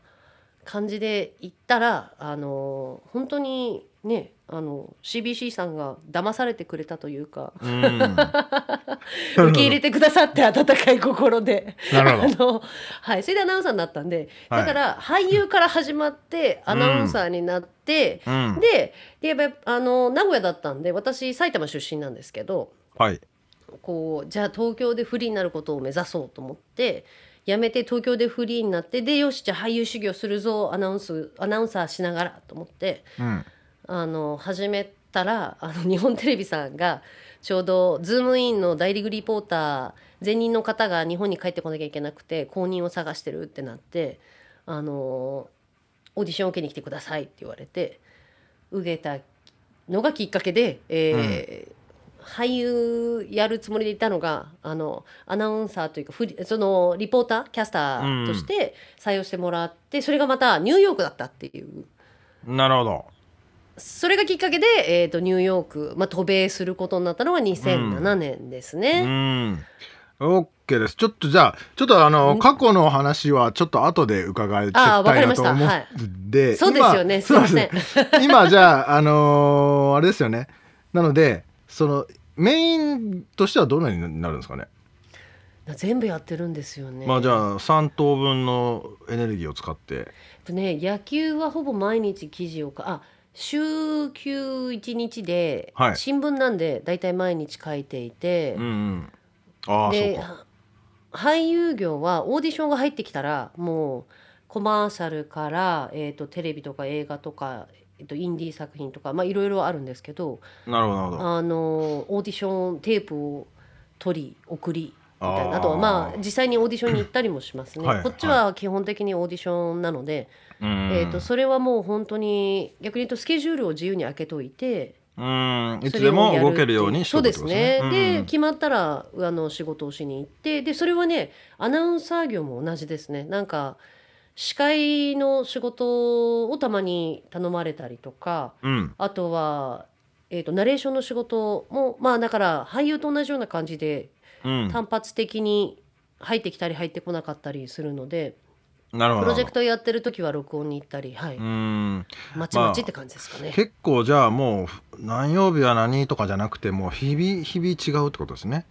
[SPEAKER 2] 感じで行ったらあの本当にねあの CBC さんが騙されてくれたという か
[SPEAKER 3] うん。
[SPEAKER 2] 受け入れてくださって温かい心で。
[SPEAKER 3] なるほど。
[SPEAKER 2] あのはい、それでアナウンサーになったんで、
[SPEAKER 3] は
[SPEAKER 2] だ
[SPEAKER 3] い
[SPEAKER 2] から俳優から始まってアナウンサーになって、
[SPEAKER 3] うん。
[SPEAKER 2] ででやっぱあの名古屋だったんで私埼玉出身なんですけど
[SPEAKER 3] はい。
[SPEAKER 2] こうじゃあ東京でフリーになることを目指そうと思って辞めて東京でフリーになってでよしじゃあ俳優修行するぞアナウンスアナウンサーしながらと思って
[SPEAKER 3] うん。
[SPEAKER 2] あの始めたらあの日本テレビさんがちょうどズームインの大リーグリポーター前任の方が日本に帰ってこなきゃいけなくて後任を探してるってなってあのオーディションを受けに来てくださいって言われて受けたのがきっかけで、えー俳優やるつもりでいたのがあのアナウンサーというかフリそのリポーターキャスターとして採用してもらって、それがまたニューヨークだったっていう。
[SPEAKER 3] なるほど。
[SPEAKER 2] それがきっかけで、えー、とニューヨーク、まあ、渡米することになったのが2007年です
[SPEAKER 3] う
[SPEAKER 2] ね。
[SPEAKER 3] ん。オッケーです。ちょっとじゃあ、ちょっとあの、過去の話はちょっと後で伺い
[SPEAKER 2] あーわ
[SPEAKER 3] た
[SPEAKER 2] か
[SPEAKER 3] い
[SPEAKER 2] りま
[SPEAKER 3] な
[SPEAKER 2] し
[SPEAKER 3] と
[SPEAKER 2] た
[SPEAKER 3] 思っ
[SPEAKER 2] はい
[SPEAKER 3] て、
[SPEAKER 2] そうですよね
[SPEAKER 3] 今
[SPEAKER 2] すいません。
[SPEAKER 3] ん。今じゃあ、あのーあれですよね。なので、その、メインとしてはどんなになるんですかね。
[SPEAKER 2] 全部やってるんですよね。
[SPEAKER 3] まあじゃあ、3等分のエネルギーを使って。
[SPEAKER 2] ね野球はほぼ毎日記事をかあ週休1日で、
[SPEAKER 3] はい
[SPEAKER 2] 新聞なんで大体毎日書いていて
[SPEAKER 3] うん、うん。ああ、そう
[SPEAKER 2] で
[SPEAKER 3] か。
[SPEAKER 2] 俳優業はオーディションが入ってきたらもうコマーシャルから、えー、とテレビとか映画とか、えー、とインディー作品とか、まあ、いろいろあるんですけど、
[SPEAKER 3] なるほど、なるほど。
[SPEAKER 2] あのオーディションテープを取り送りみたい
[SPEAKER 3] あ
[SPEAKER 2] な
[SPEAKER 3] ー
[SPEAKER 2] あとはまあ実際にオーディションに行ったりもしますね、
[SPEAKER 3] はい
[SPEAKER 2] こっちは基本的にオーディションなので、
[SPEAKER 3] うん
[SPEAKER 2] えー、とそれはもう本当に逆に言うとスケジュールを自由に開けといて
[SPEAKER 3] うんい
[SPEAKER 2] そ
[SPEAKER 3] つ
[SPEAKER 2] れ
[SPEAKER 3] で
[SPEAKER 2] を
[SPEAKER 3] も
[SPEAKER 2] やる
[SPEAKER 3] 動けるようにして
[SPEAKER 2] そうですね、で
[SPEAKER 3] で
[SPEAKER 2] 決まったらあの仕事をしに行ってでそれはねアナウンサー業も同じですねなんか司会の仕事をたまに頼まれたりとか
[SPEAKER 3] うん
[SPEAKER 2] あとは、えー、とナレーションの仕事もまあだから俳優と同じような感じで
[SPEAKER 3] うん
[SPEAKER 2] 単発的に入ってきたり入ってこなかったりするので、
[SPEAKER 3] なるほど
[SPEAKER 2] プロジェクトやってる時は録音に行ったりはい、
[SPEAKER 3] うん
[SPEAKER 2] まちまちって感じですかね。
[SPEAKER 3] 結構じゃあもう何曜日は何とかじゃなくてもう日々日々違うってことですね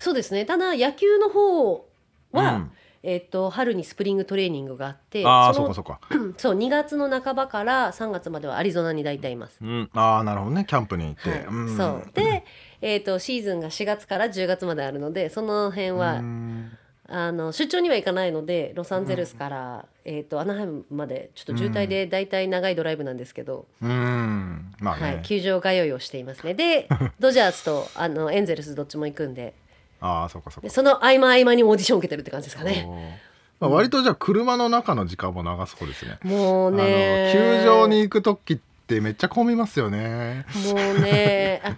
[SPEAKER 2] そうですねただ野球の方は、
[SPEAKER 3] うん
[SPEAKER 2] えっと春にスプリングトレーニングがあって
[SPEAKER 3] ああ
[SPEAKER 2] そ
[SPEAKER 3] そう
[SPEAKER 2] の
[SPEAKER 3] かそうか
[SPEAKER 2] そう2月の半ばから3月まではアリゾナに大体います。
[SPEAKER 3] うんああなるほどねキャンプに行って、
[SPEAKER 2] はい
[SPEAKER 3] ん
[SPEAKER 2] そうで、えっとシーズンが4月から10月まであるのでその辺は、
[SPEAKER 3] うん
[SPEAKER 2] あの出張には行かないのでロサンゼルスから、えっとアナハイムまでちょっと渋滞で大体長いドライブなんですけど、
[SPEAKER 3] うんまあね、
[SPEAKER 2] はい、球場通いをしていますね でドジャースとあのエンゼルスどっちも行くんで
[SPEAKER 3] ああそうかそう
[SPEAKER 2] で
[SPEAKER 3] か
[SPEAKER 2] その合間合間にオーディション受けてるって感じですかね。
[SPEAKER 3] おーまあ、割とじゃあ車の中の時間も長そうですね
[SPEAKER 2] もうね
[SPEAKER 3] あの球場に行く時ってめっちゃ混みますよね
[SPEAKER 2] もう ね、あ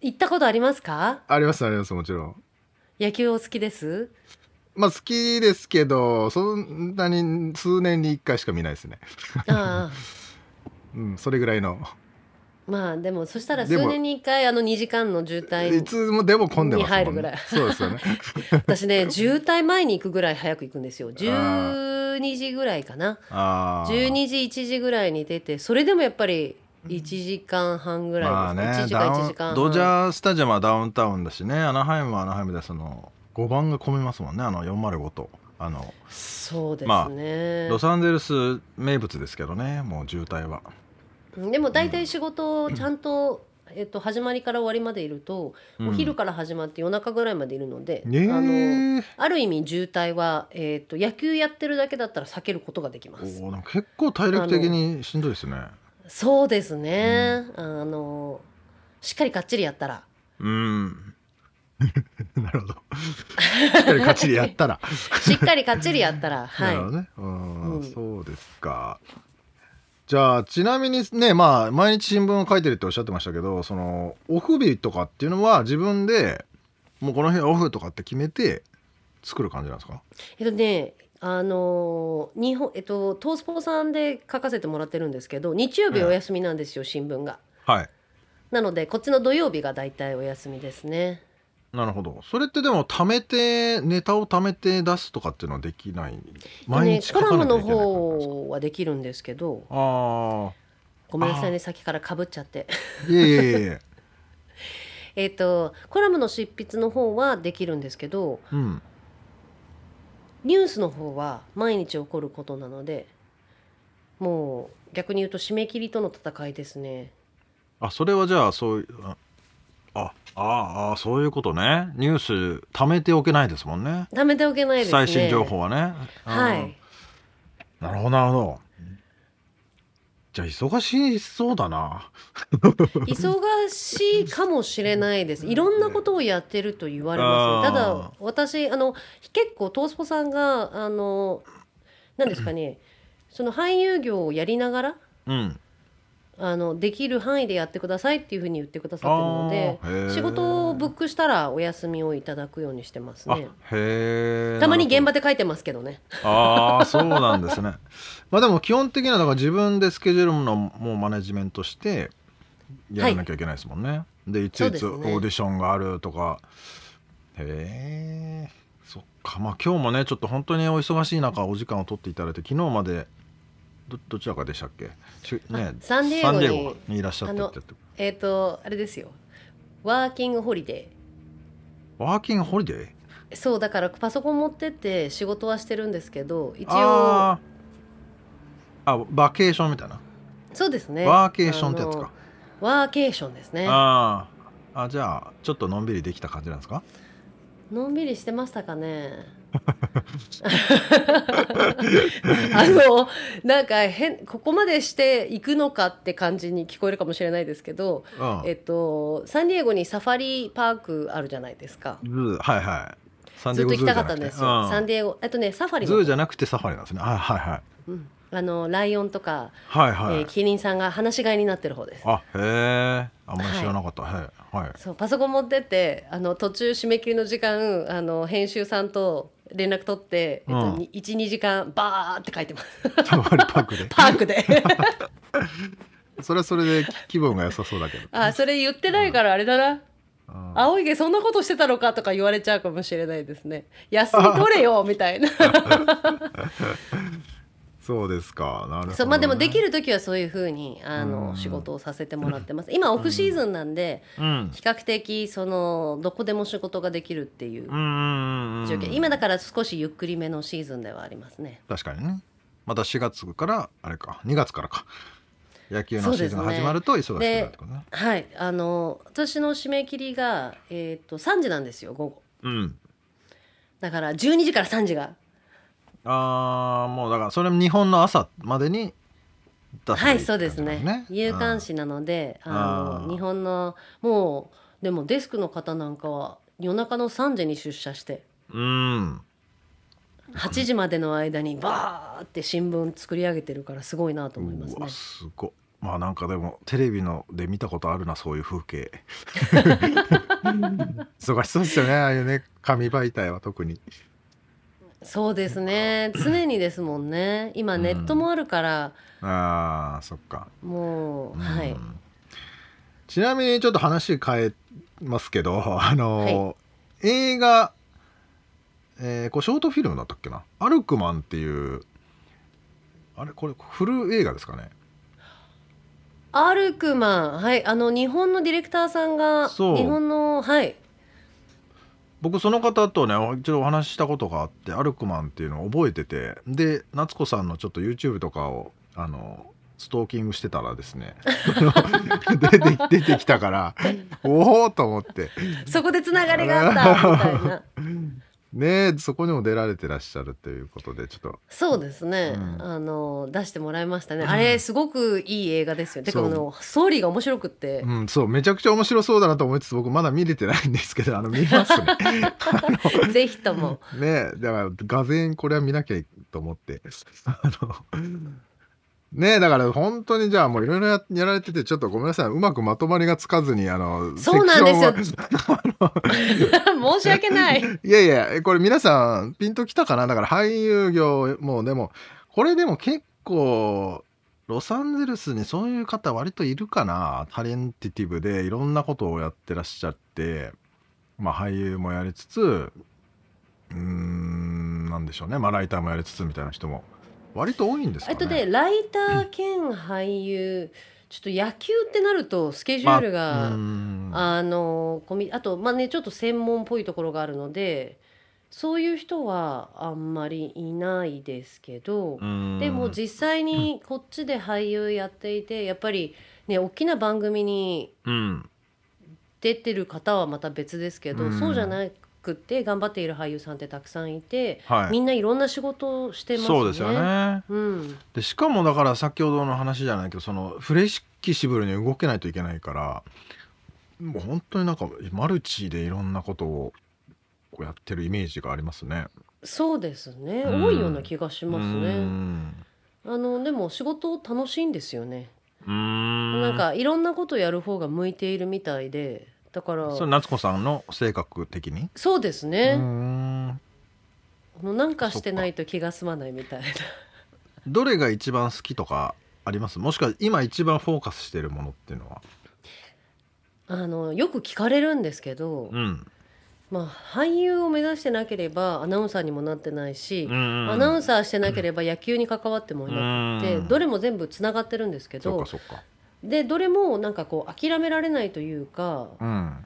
[SPEAKER 2] 行ったことありますか？
[SPEAKER 3] ありますありますもちろん
[SPEAKER 2] 野球お好きです？
[SPEAKER 3] まあ好きですけどそんなに数年に1回しか見ないですね
[SPEAKER 2] ああ、
[SPEAKER 3] うんそれぐらいの
[SPEAKER 2] まあでもそしたら
[SPEAKER 3] でも
[SPEAKER 2] 数年に一回あの2時間の渋
[SPEAKER 3] い
[SPEAKER 2] 滞、
[SPEAKER 3] つもでも混んでますも
[SPEAKER 2] に
[SPEAKER 3] ん
[SPEAKER 2] 入るぐら
[SPEAKER 3] ね
[SPEAKER 2] い
[SPEAKER 3] そうで すよね
[SPEAKER 2] 私ね渋滞前に行くぐらい早く行くんですよ。
[SPEAKER 3] ー
[SPEAKER 2] 12時ぐらいかな。
[SPEAKER 3] ああ
[SPEAKER 2] 12時1時ぐらいに出て、それでもやっぱり1時間半ぐらいです、ね。1時間1時間
[SPEAKER 3] ダウ
[SPEAKER 2] 半。
[SPEAKER 3] ンドジャースタジアムはダウンタウンだしねアナハイムはアナハイムでその5番が混みますもんねあの405とあの
[SPEAKER 2] そうです
[SPEAKER 3] まあ
[SPEAKER 2] ね。
[SPEAKER 3] ロサンゼルス名物ですけどねもう渋滞は
[SPEAKER 2] でも大体仕事をちゃんと、えっと、始まりから終わりまでいると、
[SPEAKER 3] うん
[SPEAKER 2] お昼から始まって夜中ぐらいまでいるので、
[SPEAKER 3] ねえ
[SPEAKER 2] あのある意味渋滞は、えっと野球やってるだけだったら避けることができます。
[SPEAKER 3] おーなんか結構体力的にしんどいですね
[SPEAKER 2] そうですね、あのしっかりかっちりやったら
[SPEAKER 3] うん なるほどしっかり勝ちでやったら、
[SPEAKER 2] しっかりかっちりやったらは
[SPEAKER 3] ないるほどねうん、
[SPEAKER 2] うん
[SPEAKER 3] そうですかじゃあちなみにねまあ毎日新聞を書いてるっておっしゃってましたけどそのオフ日とかっていうのは自分でもうこの日はオフとかって決めて作る感じなんですか
[SPEAKER 2] えっとねあの日本えっと東スポさんで書かせてもらってるんですけど日曜日お休みなんですよ、新聞が。
[SPEAKER 3] はい
[SPEAKER 2] なのでこっちの土曜日が大体お休みですね。
[SPEAKER 3] なるほどそれってでも貯めてネタを貯めて出すとかっていうのはできない毎日書
[SPEAKER 2] ね、コラ
[SPEAKER 3] か
[SPEAKER 2] ム
[SPEAKER 3] な
[SPEAKER 2] の
[SPEAKER 3] きゃいけない感じなんですか
[SPEAKER 2] 方はできるんですけど
[SPEAKER 3] あ
[SPEAKER 2] ごめんなさい
[SPEAKER 3] あ
[SPEAKER 2] ね先からかぶっちゃって
[SPEAKER 3] あいえいえいえいえ
[SPEAKER 2] えっとコラムの執筆の方はできるんですけど
[SPEAKER 3] うん
[SPEAKER 2] ニュースの方は毎日起こることなのでもう逆に言うと締め切りとの戦いですね
[SPEAKER 3] あそれはじゃあそういうああああそういうことねニュース貯めておけないですもんね
[SPEAKER 2] ダメでおけないですね
[SPEAKER 3] 最新情報はね
[SPEAKER 2] は
[SPEAKER 3] うん
[SPEAKER 2] い
[SPEAKER 3] なるほどなるほどじゃあ忙しそうだな
[SPEAKER 2] 忙しいかもしれないですいろんなことをやってると言われますねた
[SPEAKER 3] あー
[SPEAKER 2] だ私あの結構トースポさんがあの何ですかねその俳優業をやりながら
[SPEAKER 3] うん
[SPEAKER 2] あのできる範囲でやってくださいっていうふうに言ってくださってるので
[SPEAKER 3] あーへー
[SPEAKER 2] 仕事をブックしたらお休みをいただくようにしてます
[SPEAKER 3] あ
[SPEAKER 2] ね
[SPEAKER 3] へえ
[SPEAKER 2] たまに現場で書いてますけどね
[SPEAKER 3] ああそうなんですねまあでも基本的にはだから自分でスケジュールのもうマネジメントしてやらなきゃいけないですもんね、でいついつ
[SPEAKER 2] そう
[SPEAKER 3] オ
[SPEAKER 2] ですね
[SPEAKER 3] ーディションがあるとか、へえそっかまあ今日もねちょっと本当にお忙しい中お時間を取っていただいて昨日までどどちらかでしたっけしね
[SPEAKER 2] あサンディエゴに
[SPEAKER 3] にいらっしゃってって
[SPEAKER 2] えっ、とあれですよワーキングホリデ
[SPEAKER 3] ワーキングホリデー
[SPEAKER 2] ーそうだからパソコン持ってって仕事はしてるんですけど一応
[SPEAKER 3] あーあバケーションみたいな、
[SPEAKER 2] そうですね
[SPEAKER 3] ワーケーションってやつか
[SPEAKER 2] あのワーケーションですね
[SPEAKER 3] あーあじゃあちょっとのんびりできた感じなんですか
[SPEAKER 2] のんびりしてましたか ねあのなんか変ここまでしていくのかって感じに聞こえるかもしれないですけど、
[SPEAKER 3] うん
[SPEAKER 2] えっと、サンディエゴにサファリパークあるじゃないですか
[SPEAKER 3] ズーはいはい。サン
[SPEAKER 2] ず
[SPEAKER 3] デ
[SPEAKER 2] っ
[SPEAKER 3] ィ
[SPEAKER 2] と行き
[SPEAKER 3] エゴズーじ
[SPEAKER 2] た
[SPEAKER 3] ゃ
[SPEAKER 2] かっ
[SPEAKER 3] な
[SPEAKER 2] たん
[SPEAKER 3] くて
[SPEAKER 2] ですよ、サンディエゴえっとねサファリ
[SPEAKER 3] ズ
[SPEAKER 2] の
[SPEAKER 3] ーじゃなくてサファリなんですね。あはいはい。
[SPEAKER 2] うんあのライオンとか、
[SPEAKER 3] はいはい、
[SPEAKER 2] えーキリンさんが放し飼いになってる方です
[SPEAKER 3] あへえあんまり知らなかった、はい、はい
[SPEAKER 2] そうパソコン持ってってあの途中締め切りの時間あの編集さんと連絡取って、えっ
[SPEAKER 3] う
[SPEAKER 2] と
[SPEAKER 3] ん
[SPEAKER 2] に12時間バーって書いてます
[SPEAKER 3] タワーリパークで
[SPEAKER 2] パーク で
[SPEAKER 3] それはそれで気分が良さそうだけど
[SPEAKER 2] あそれ言ってないからあれだな
[SPEAKER 3] うん
[SPEAKER 2] 青い毛そんなことしてたのかとか言われちゃうかもしれないですね休み取れ よみたいな
[SPEAKER 3] そうですかなるほど、ね、
[SPEAKER 2] そうまあでもできる時はそういうふうにあ
[SPEAKER 3] う
[SPEAKER 2] の
[SPEAKER 3] ん
[SPEAKER 2] 仕事をさせてもらってます今オフシーズンなんで
[SPEAKER 3] うん
[SPEAKER 2] 比較的そのどこでも仕事ができるっていう
[SPEAKER 3] うんうんうん
[SPEAKER 2] 状況今だから少しゆっくりめのシーズンではありますね
[SPEAKER 3] 確かにねまた4月からあれか2月からか野球のシーズンが
[SPEAKER 2] そうですね
[SPEAKER 3] 始まると忙しくなるってことね
[SPEAKER 2] はいあの私の締め切りが、えー、と3時なんですよ午後
[SPEAKER 3] うん
[SPEAKER 2] だから12時から3時が
[SPEAKER 3] ああもうだからそれも日本の朝までに出せば
[SPEAKER 2] はいい
[SPEAKER 3] って
[SPEAKER 2] そう
[SPEAKER 3] 感じ
[SPEAKER 2] で
[SPEAKER 3] だ
[SPEAKER 2] す
[SPEAKER 3] もん
[SPEAKER 2] ね有観視なので、あ
[SPEAKER 3] あ
[SPEAKER 2] の
[SPEAKER 3] ー
[SPEAKER 2] 日本のもうでもデスクの方なんかは夜中の3時に出社して
[SPEAKER 3] うん
[SPEAKER 2] 8時までの間にバーって新聞作り上げてるからすごいなと思います
[SPEAKER 3] う
[SPEAKER 2] ね
[SPEAKER 3] わすごいまあなんかでもテレビので見たことあるなそういう風 景忙しそうですよねああいうね紙媒体は特に
[SPEAKER 2] そうですね常にですもんね今
[SPEAKER 3] うん
[SPEAKER 2] ネットもあるから、
[SPEAKER 3] あーそっか、
[SPEAKER 2] もう、
[SPEAKER 3] うん
[SPEAKER 2] はい
[SPEAKER 3] ちなみにちょっと話変えますけど あのー、映画えーこれショートフィルムだったっけな「アルクマン」っていうあれこれフル映画ですかね
[SPEAKER 2] アルクマンはいあの日本のディレクターさんが日
[SPEAKER 3] そう
[SPEAKER 2] 本のはい
[SPEAKER 3] 僕その方とね一度お話ししたことがあってアルクマンっていうのを覚えててで夏子さんのちょっと YouTube とかをあのストーキングしてたらですね あの出て出てき たからおおと思って
[SPEAKER 2] そこでつながりがあったみたいな
[SPEAKER 3] ねそこにも出られてらっしゃるということでちょっと
[SPEAKER 2] そうですね、
[SPEAKER 3] うん
[SPEAKER 2] あの出してもらいましたね、
[SPEAKER 3] うん
[SPEAKER 2] あれすごくいい映画ですよてか
[SPEAKER 3] そ
[SPEAKER 2] あ
[SPEAKER 3] う
[SPEAKER 2] のストーリーが面白くって、
[SPEAKER 3] うん、そうめちゃくちゃ面白そうだなと思いつつ僕まだ見れてないんですけど あの見ますね
[SPEAKER 2] ぜひとも
[SPEAKER 3] ねだからがぜんこれは見なきゃいと思って あのねだから本当にじゃあもういろいろややられててちょっとごめんなさいうまくまとまりがつかずにあの
[SPEAKER 2] そうなんですよ
[SPEAKER 3] セクションを
[SPEAKER 2] 申し訳 ない
[SPEAKER 3] いやいやえこれ皆さんピンときたかなだから俳優業もうでもこれでも結構ロサンゼルスにそういう方割といるかなタレンティティブでいろんなことをやってらっしゃってまあ俳優もやりつつうーんなんでしょうねまあライターもやりつつみたいな人も割と多いんですか
[SPEAKER 2] えっ
[SPEAKER 3] ね。
[SPEAKER 2] とねライター兼俳優ちょっと野球ってなるとスケジュールが、
[SPEAKER 3] まあうーん
[SPEAKER 2] あのコミあとまあねちょっと専門っぽいところがあるのでそういう人はあんまりいないですけど
[SPEAKER 3] う、ーん
[SPEAKER 2] でも実際にこっちで俳優やっていてやっぱりね大きな番組に
[SPEAKER 3] うん
[SPEAKER 2] 出てる方はまた別ですけど、
[SPEAKER 3] うん
[SPEAKER 2] そうじゃなくて頑張っている俳優さんってたくさんいて、
[SPEAKER 3] はい
[SPEAKER 2] みんないろんな仕事をしてますね。
[SPEAKER 3] そうですよね。
[SPEAKER 2] うん、
[SPEAKER 3] でしかもだから先ほどの話じゃないけどそのフレキシブルに動けないといけないからもう本当になんかマルチでいろんなことをこうやってるイメージがありますね。
[SPEAKER 2] そうですね、
[SPEAKER 3] うん
[SPEAKER 2] 多いような気がします
[SPEAKER 3] うー
[SPEAKER 2] ね。
[SPEAKER 3] ん
[SPEAKER 2] あのでも仕事楽しいんですよね。
[SPEAKER 3] うーん
[SPEAKER 2] なんかいろんなことやる方が向いているみたいでだから
[SPEAKER 3] それ夏子さんの性格的に
[SPEAKER 2] そうです
[SPEAKER 3] うー
[SPEAKER 2] ね、
[SPEAKER 3] ん
[SPEAKER 2] もうなんかしてないと気が済まないみたいな
[SPEAKER 3] どれが一番好きとかありますもしくは今一番フォーカスしてるものっていうのは。
[SPEAKER 2] あのよく聞かれるんですけど、
[SPEAKER 3] うん
[SPEAKER 2] まあ、俳優を目指してなければアナウンサーにもなってないし、アナウン
[SPEAKER 3] ス
[SPEAKER 2] サーしてなければ野球に関わってもいなくて、どれも全部つながってるんですけ
[SPEAKER 3] そう
[SPEAKER 2] ど
[SPEAKER 3] かそうか。
[SPEAKER 2] でどれもなんかこう諦められないというか
[SPEAKER 3] うん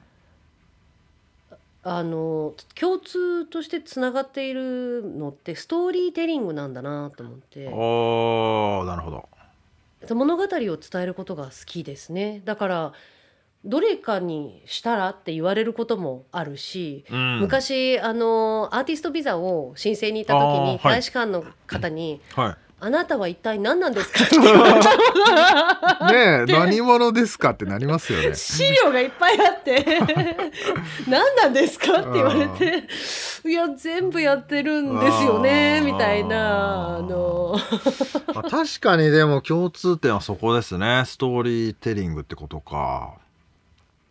[SPEAKER 2] あの共通としてつながっているのってストーリーテリングなんだなと思って。
[SPEAKER 3] おーなるほど。
[SPEAKER 2] 物語を伝えることが好きですねだからどれかにしたらって言われることもあるし、
[SPEAKER 3] うん
[SPEAKER 2] 昔あのアーティストビザを申請に行った時
[SPEAKER 3] あーは
[SPEAKER 2] に
[SPEAKER 3] い
[SPEAKER 2] 大使館の方に
[SPEAKER 3] はい
[SPEAKER 2] 「あ,、あなたは一体何なんです かって言われたのが
[SPEAKER 3] ねえ何者ですかってなります よね。
[SPEAKER 2] 資料がいっぱいあって 何なんですかって言われていや全部やってるんですよね
[SPEAKER 3] あー
[SPEAKER 2] みたいなあの
[SPEAKER 3] まあ確かにでも共通点はそこですねストーリーテリングってことか。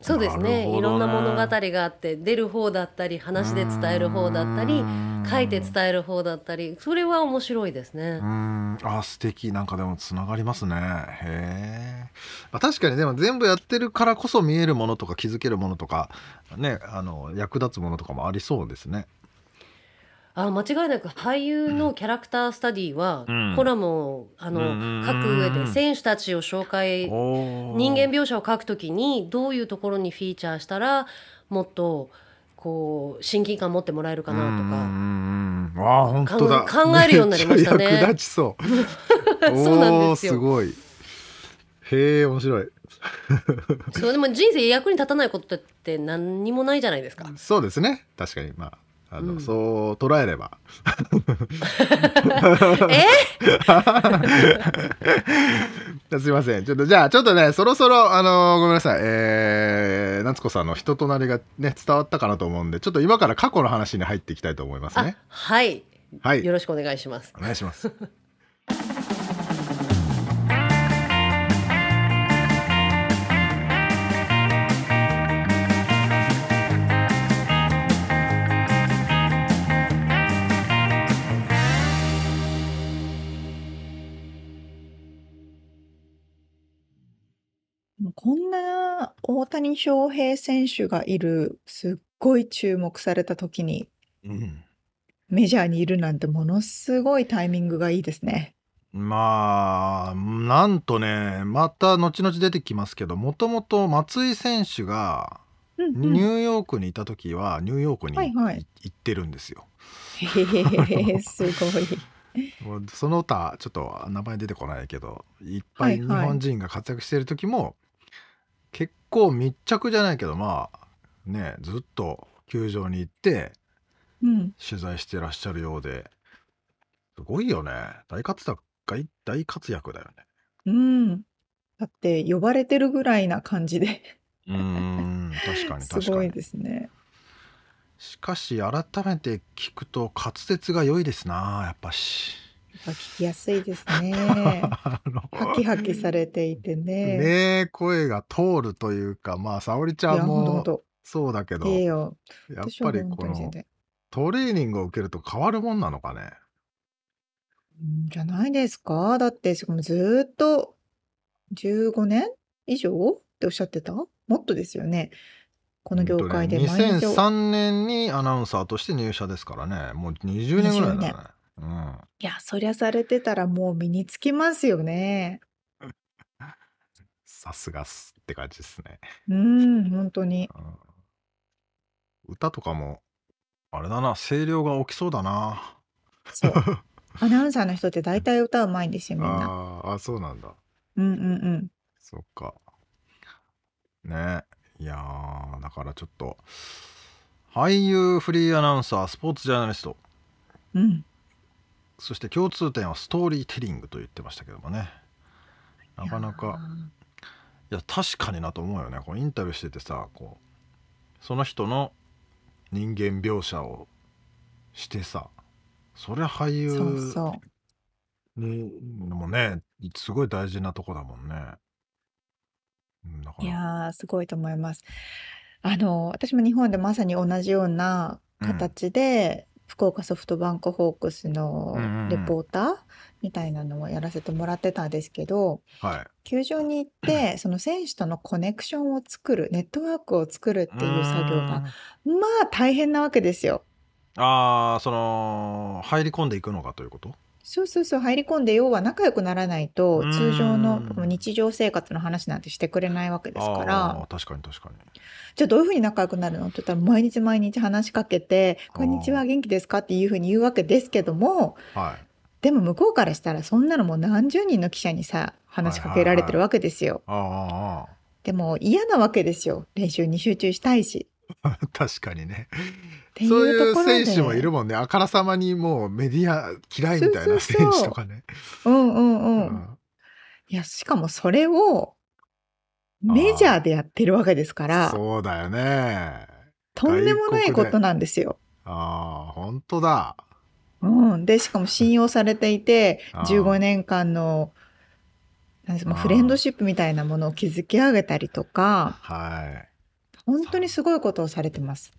[SPEAKER 2] そうですね
[SPEAKER 3] なるほどね
[SPEAKER 2] いろんな物語があって出る方だったり話で伝える方だったり書いて
[SPEAKER 3] 伝
[SPEAKER 2] 伝える方だったりそれは面白いですね
[SPEAKER 3] うー。んあ素敵なんかでもつながりますねへえ、まあ、確かにでも全部やってるからこそ見えるものとか気づけるものとかねあの役立つものとかもありそうですね
[SPEAKER 2] あ間違いなく俳優のキャラクタースタディは、
[SPEAKER 3] うん
[SPEAKER 2] コラムをあの、
[SPEAKER 3] うんうんうん
[SPEAKER 2] 書く上で選手たちを紹介人
[SPEAKER 3] 人
[SPEAKER 2] 間描写を書くときにどういうところにフィーチャーしたらもっとこう親近感持ってもらえるかな
[SPEAKER 3] なとかあ本当だ
[SPEAKER 2] 考え考えるようになりましたね
[SPEAKER 3] めっちゃ役立ちそう
[SPEAKER 2] そうなんですよ
[SPEAKER 3] おーごいへえ面白い
[SPEAKER 2] とか、そうでも人生役に立たないことって何にもないじゃないですか。
[SPEAKER 3] そうですね確かにまああの、
[SPEAKER 2] うん
[SPEAKER 3] そう捉えれば
[SPEAKER 2] え
[SPEAKER 3] すいませんちょっとじゃあちょっとねそろそろあのごめんなさいえー、夏子さんの人となりがね伝わったかなと思うんでちょっと今から過去の話に入っていきたいと思います
[SPEAKER 2] あ
[SPEAKER 3] ね
[SPEAKER 2] はい、
[SPEAKER 3] はい
[SPEAKER 2] よろしくお願いします。
[SPEAKER 3] お願いします
[SPEAKER 1] こんな大谷翔平選手がいる、すっごい注目された時に
[SPEAKER 3] うん
[SPEAKER 1] メジャーにいるなんてものすごいタイミングがいいですね。
[SPEAKER 3] まあなんとねまた後々出てきますけどもともと松井選手が
[SPEAKER 1] うんうん
[SPEAKER 3] ニューヨークにいた時はニューヨークに
[SPEAKER 1] はいはい
[SPEAKER 3] い行ってるんですよ。
[SPEAKER 1] へえ、 すごい。
[SPEAKER 3] もうその他ちょっと名前出てこないけどいっぱ
[SPEAKER 1] は
[SPEAKER 3] い日
[SPEAKER 1] いはい
[SPEAKER 3] 本人が活躍してる時も、結構密着じゃないけどまあねずっと球場に行って
[SPEAKER 1] うん。
[SPEAKER 3] 取材してらっしゃるようですごいよね大活躍大大活躍だよね。
[SPEAKER 1] うん。だって呼ばれてるぐらいな感じで
[SPEAKER 3] うーん確かに
[SPEAKER 1] す
[SPEAKER 3] 確
[SPEAKER 1] ご
[SPEAKER 3] か
[SPEAKER 1] い
[SPEAKER 3] に
[SPEAKER 1] ですね。
[SPEAKER 3] しかし改めて聞くと滑舌が良いですなやっぱし。
[SPEAKER 1] やっぱ聞きやすいですね。
[SPEAKER 3] あの
[SPEAKER 1] ハキハキされていてね。
[SPEAKER 3] ねえ声が通るというかまあ沙織ち
[SPEAKER 1] い
[SPEAKER 3] ゃ
[SPEAKER 1] や、
[SPEAKER 3] ん
[SPEAKER 1] ほんとほん
[SPEAKER 3] も
[SPEAKER 1] と。
[SPEAKER 3] そうだけど、
[SPEAKER 1] ええよ。
[SPEAKER 3] やっ
[SPEAKER 1] 私
[SPEAKER 3] ぱ
[SPEAKER 1] は
[SPEAKER 3] り
[SPEAKER 1] 本当
[SPEAKER 3] こ
[SPEAKER 1] に全
[SPEAKER 3] の
[SPEAKER 1] 然。
[SPEAKER 3] トレーニングを受けると変わるもんなのかね
[SPEAKER 1] うんじゃないですか。だって、しかもずーっと15年以上っておっしゃってたもっとですよね。この業界で
[SPEAKER 3] うんとね
[SPEAKER 1] 毎日を。
[SPEAKER 3] 2003年にアナウンサーとして入社ですからねもう20年ぐらいだね
[SPEAKER 1] 20
[SPEAKER 3] うん
[SPEAKER 1] いや、そりゃされてたらもう身につきますよね。
[SPEAKER 3] さすがっすって感じですね、
[SPEAKER 1] うん、本当に。
[SPEAKER 3] うん歌とかもあれだな声量が起きそうだな
[SPEAKER 1] そう。 アナウンサーの人って大体歌うまいんですよ、みんな。
[SPEAKER 3] あーあそうなんだ
[SPEAKER 1] うんうんうん。
[SPEAKER 3] そっか。ねいやーだからちょっと俳優フリーアナウンサースポーツジャーナリスト
[SPEAKER 1] うん。
[SPEAKER 3] そして共通点はストーリーテリングと言ってましたけどもねなかなかいや確かになと思うよねこうインタビューしててさこうその人の人間描写をしてさそりゃ俳
[SPEAKER 1] いやー。そう
[SPEAKER 3] 優
[SPEAKER 1] そう。
[SPEAKER 3] にもねすごい大事なとこだもんね。うんだか
[SPEAKER 1] い
[SPEAKER 3] ら
[SPEAKER 1] やー、すごいと思います。あの、私も日本でまさに同じような形で、福岡ソフトバンクホークスの
[SPEAKER 3] うんうんうん
[SPEAKER 1] レポーターみたいなのをやらせてもらってたんですけど、
[SPEAKER 3] はい
[SPEAKER 1] 球場に行 って、その選手とのコネクションを作る、ネットワークを作るっていう作業
[SPEAKER 3] うーん
[SPEAKER 1] が、まあ大変なわけですよ。
[SPEAKER 3] ああその入り込んでいくのかということ
[SPEAKER 1] そうそうそう、入り込んで、要は仲良くならないと
[SPEAKER 3] う、ん
[SPEAKER 1] 通常のもう日常生活の話なんてしてくれないわけですから
[SPEAKER 3] あー、確かに確かに
[SPEAKER 1] じゃあどういうふうに仲良くなるのって言ったら毎日毎日話しかけて「
[SPEAKER 3] あー
[SPEAKER 1] こんにちは元気ですか?」っていうふうに言うわけですけども
[SPEAKER 3] はい
[SPEAKER 1] でも向こうからしたらそんなのもう何十人の記者にさ話しかけられてるわけですよ。
[SPEAKER 3] あーあーあ
[SPEAKER 1] でも嫌なわけですよ練習に集中したいし。
[SPEAKER 3] 確かにね
[SPEAKER 1] てい
[SPEAKER 3] そういう
[SPEAKER 1] ところ
[SPEAKER 3] 選
[SPEAKER 1] で
[SPEAKER 3] 手もいるもんねあからさまにもうメディア嫌いみたい
[SPEAKER 1] そうそ
[SPEAKER 3] な
[SPEAKER 1] う
[SPEAKER 3] 選
[SPEAKER 1] そう
[SPEAKER 3] 手とかね
[SPEAKER 1] うんうん
[SPEAKER 3] う
[SPEAKER 1] うん、
[SPEAKER 3] ん
[SPEAKER 1] いやしかもそれをメジャーでやってるわけですから
[SPEAKER 3] そうだよね
[SPEAKER 1] とんでもないこ
[SPEAKER 3] 外国
[SPEAKER 1] と
[SPEAKER 3] で
[SPEAKER 1] なんですよ。
[SPEAKER 3] ああ本当だ
[SPEAKER 1] うん、でしかも信用されていて
[SPEAKER 3] あー
[SPEAKER 1] 15年間のなんですまあ
[SPEAKER 3] あー
[SPEAKER 1] フレンドシップみたいなものを築き上げたりとか
[SPEAKER 3] はい
[SPEAKER 1] 本当にすごいことをされてます。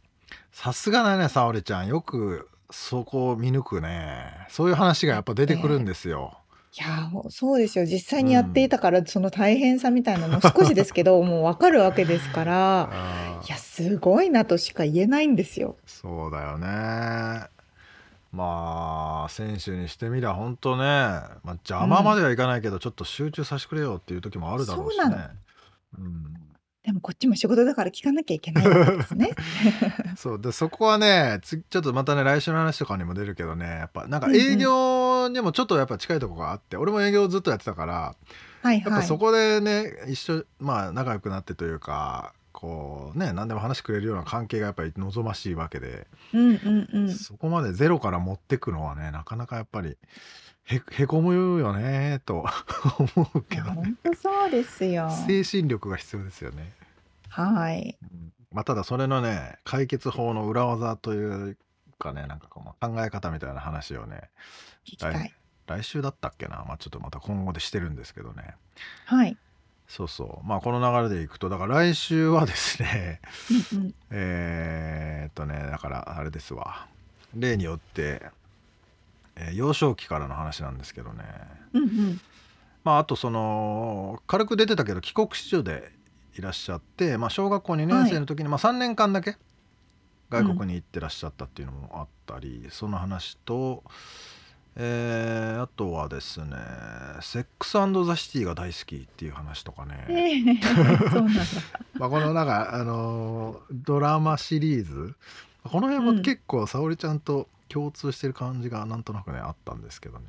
[SPEAKER 3] さすがだね沙織ちゃんよくそこを見抜くねそういう話がやっぱ出てくるんですよ、
[SPEAKER 1] いやーもうそうですよ実際にやっていたから、その大変さみたいなのも少しですけ どもう分かるわけですから
[SPEAKER 3] あー
[SPEAKER 1] いやすごいなとしか言えないんですよ。
[SPEAKER 3] そうだよねまあ選手にしてみりゃ本当ね、まあ、邪魔まではいかないけど、ちょっと集中させてくれよっていう時もあるだろうし
[SPEAKER 1] そう
[SPEAKER 3] ね
[SPEAKER 1] な
[SPEAKER 3] うん
[SPEAKER 1] でもこっちも仕事だから聞かなきゃいけないわけ ですね。
[SPEAKER 3] そうでそこはねつちょっとまたね来週の話とかにも出るけどねやっぱなんか営業にもちょっとやっぱ近いとこがあって、俺も営業ずっとやってたから
[SPEAKER 1] はい
[SPEAKER 3] やっぱ
[SPEAKER 1] はい。
[SPEAKER 3] そこでね、一緒まあ仲良くなってというかこうね何でも話してくれるような関係がやっぱり望ましいわけで、
[SPEAKER 1] うんうんうん。
[SPEAKER 3] そこまでゼロから持ってくのはねなかなかやっぱりへへこむよねと 思う
[SPEAKER 1] い
[SPEAKER 3] け
[SPEAKER 1] や
[SPEAKER 3] どね
[SPEAKER 1] 本当そうですよ。
[SPEAKER 3] 精神力が必要ですよね。
[SPEAKER 1] はい。
[SPEAKER 3] うんまあ、ただそれのね解決法の裏技というかねなんかこう考え方みたいな話をね
[SPEAKER 1] 聞きたい。
[SPEAKER 3] 来週だったっけな、まあ、ちょっとまた今後でしてるんですけどね
[SPEAKER 1] はい。
[SPEAKER 3] そうそうまあこの流れでいくとだから来週はですね
[SPEAKER 1] うんうん。
[SPEAKER 3] えーっとねだからあれですわ例によって、えー幼少期からの話なんですけどね
[SPEAKER 1] うんうん。
[SPEAKER 3] まああとその軽く出てたけど帰国子女でいらっしゃって、まあ、小学校2年生の時に、まあ、3年間だけ外国に行ってらっしゃったっていうのもあったり、その話と、えーあとはですね「セックスザ・シティ」が大好きっていう話とかね、
[SPEAKER 1] ええ そうなんだ。
[SPEAKER 3] まあ、このなんか、あのードラマシリーズこの辺
[SPEAKER 1] う
[SPEAKER 3] も
[SPEAKER 1] ん
[SPEAKER 3] 結構沙織ちゃんと共通してる感じがなんとなくねあったんですけどね。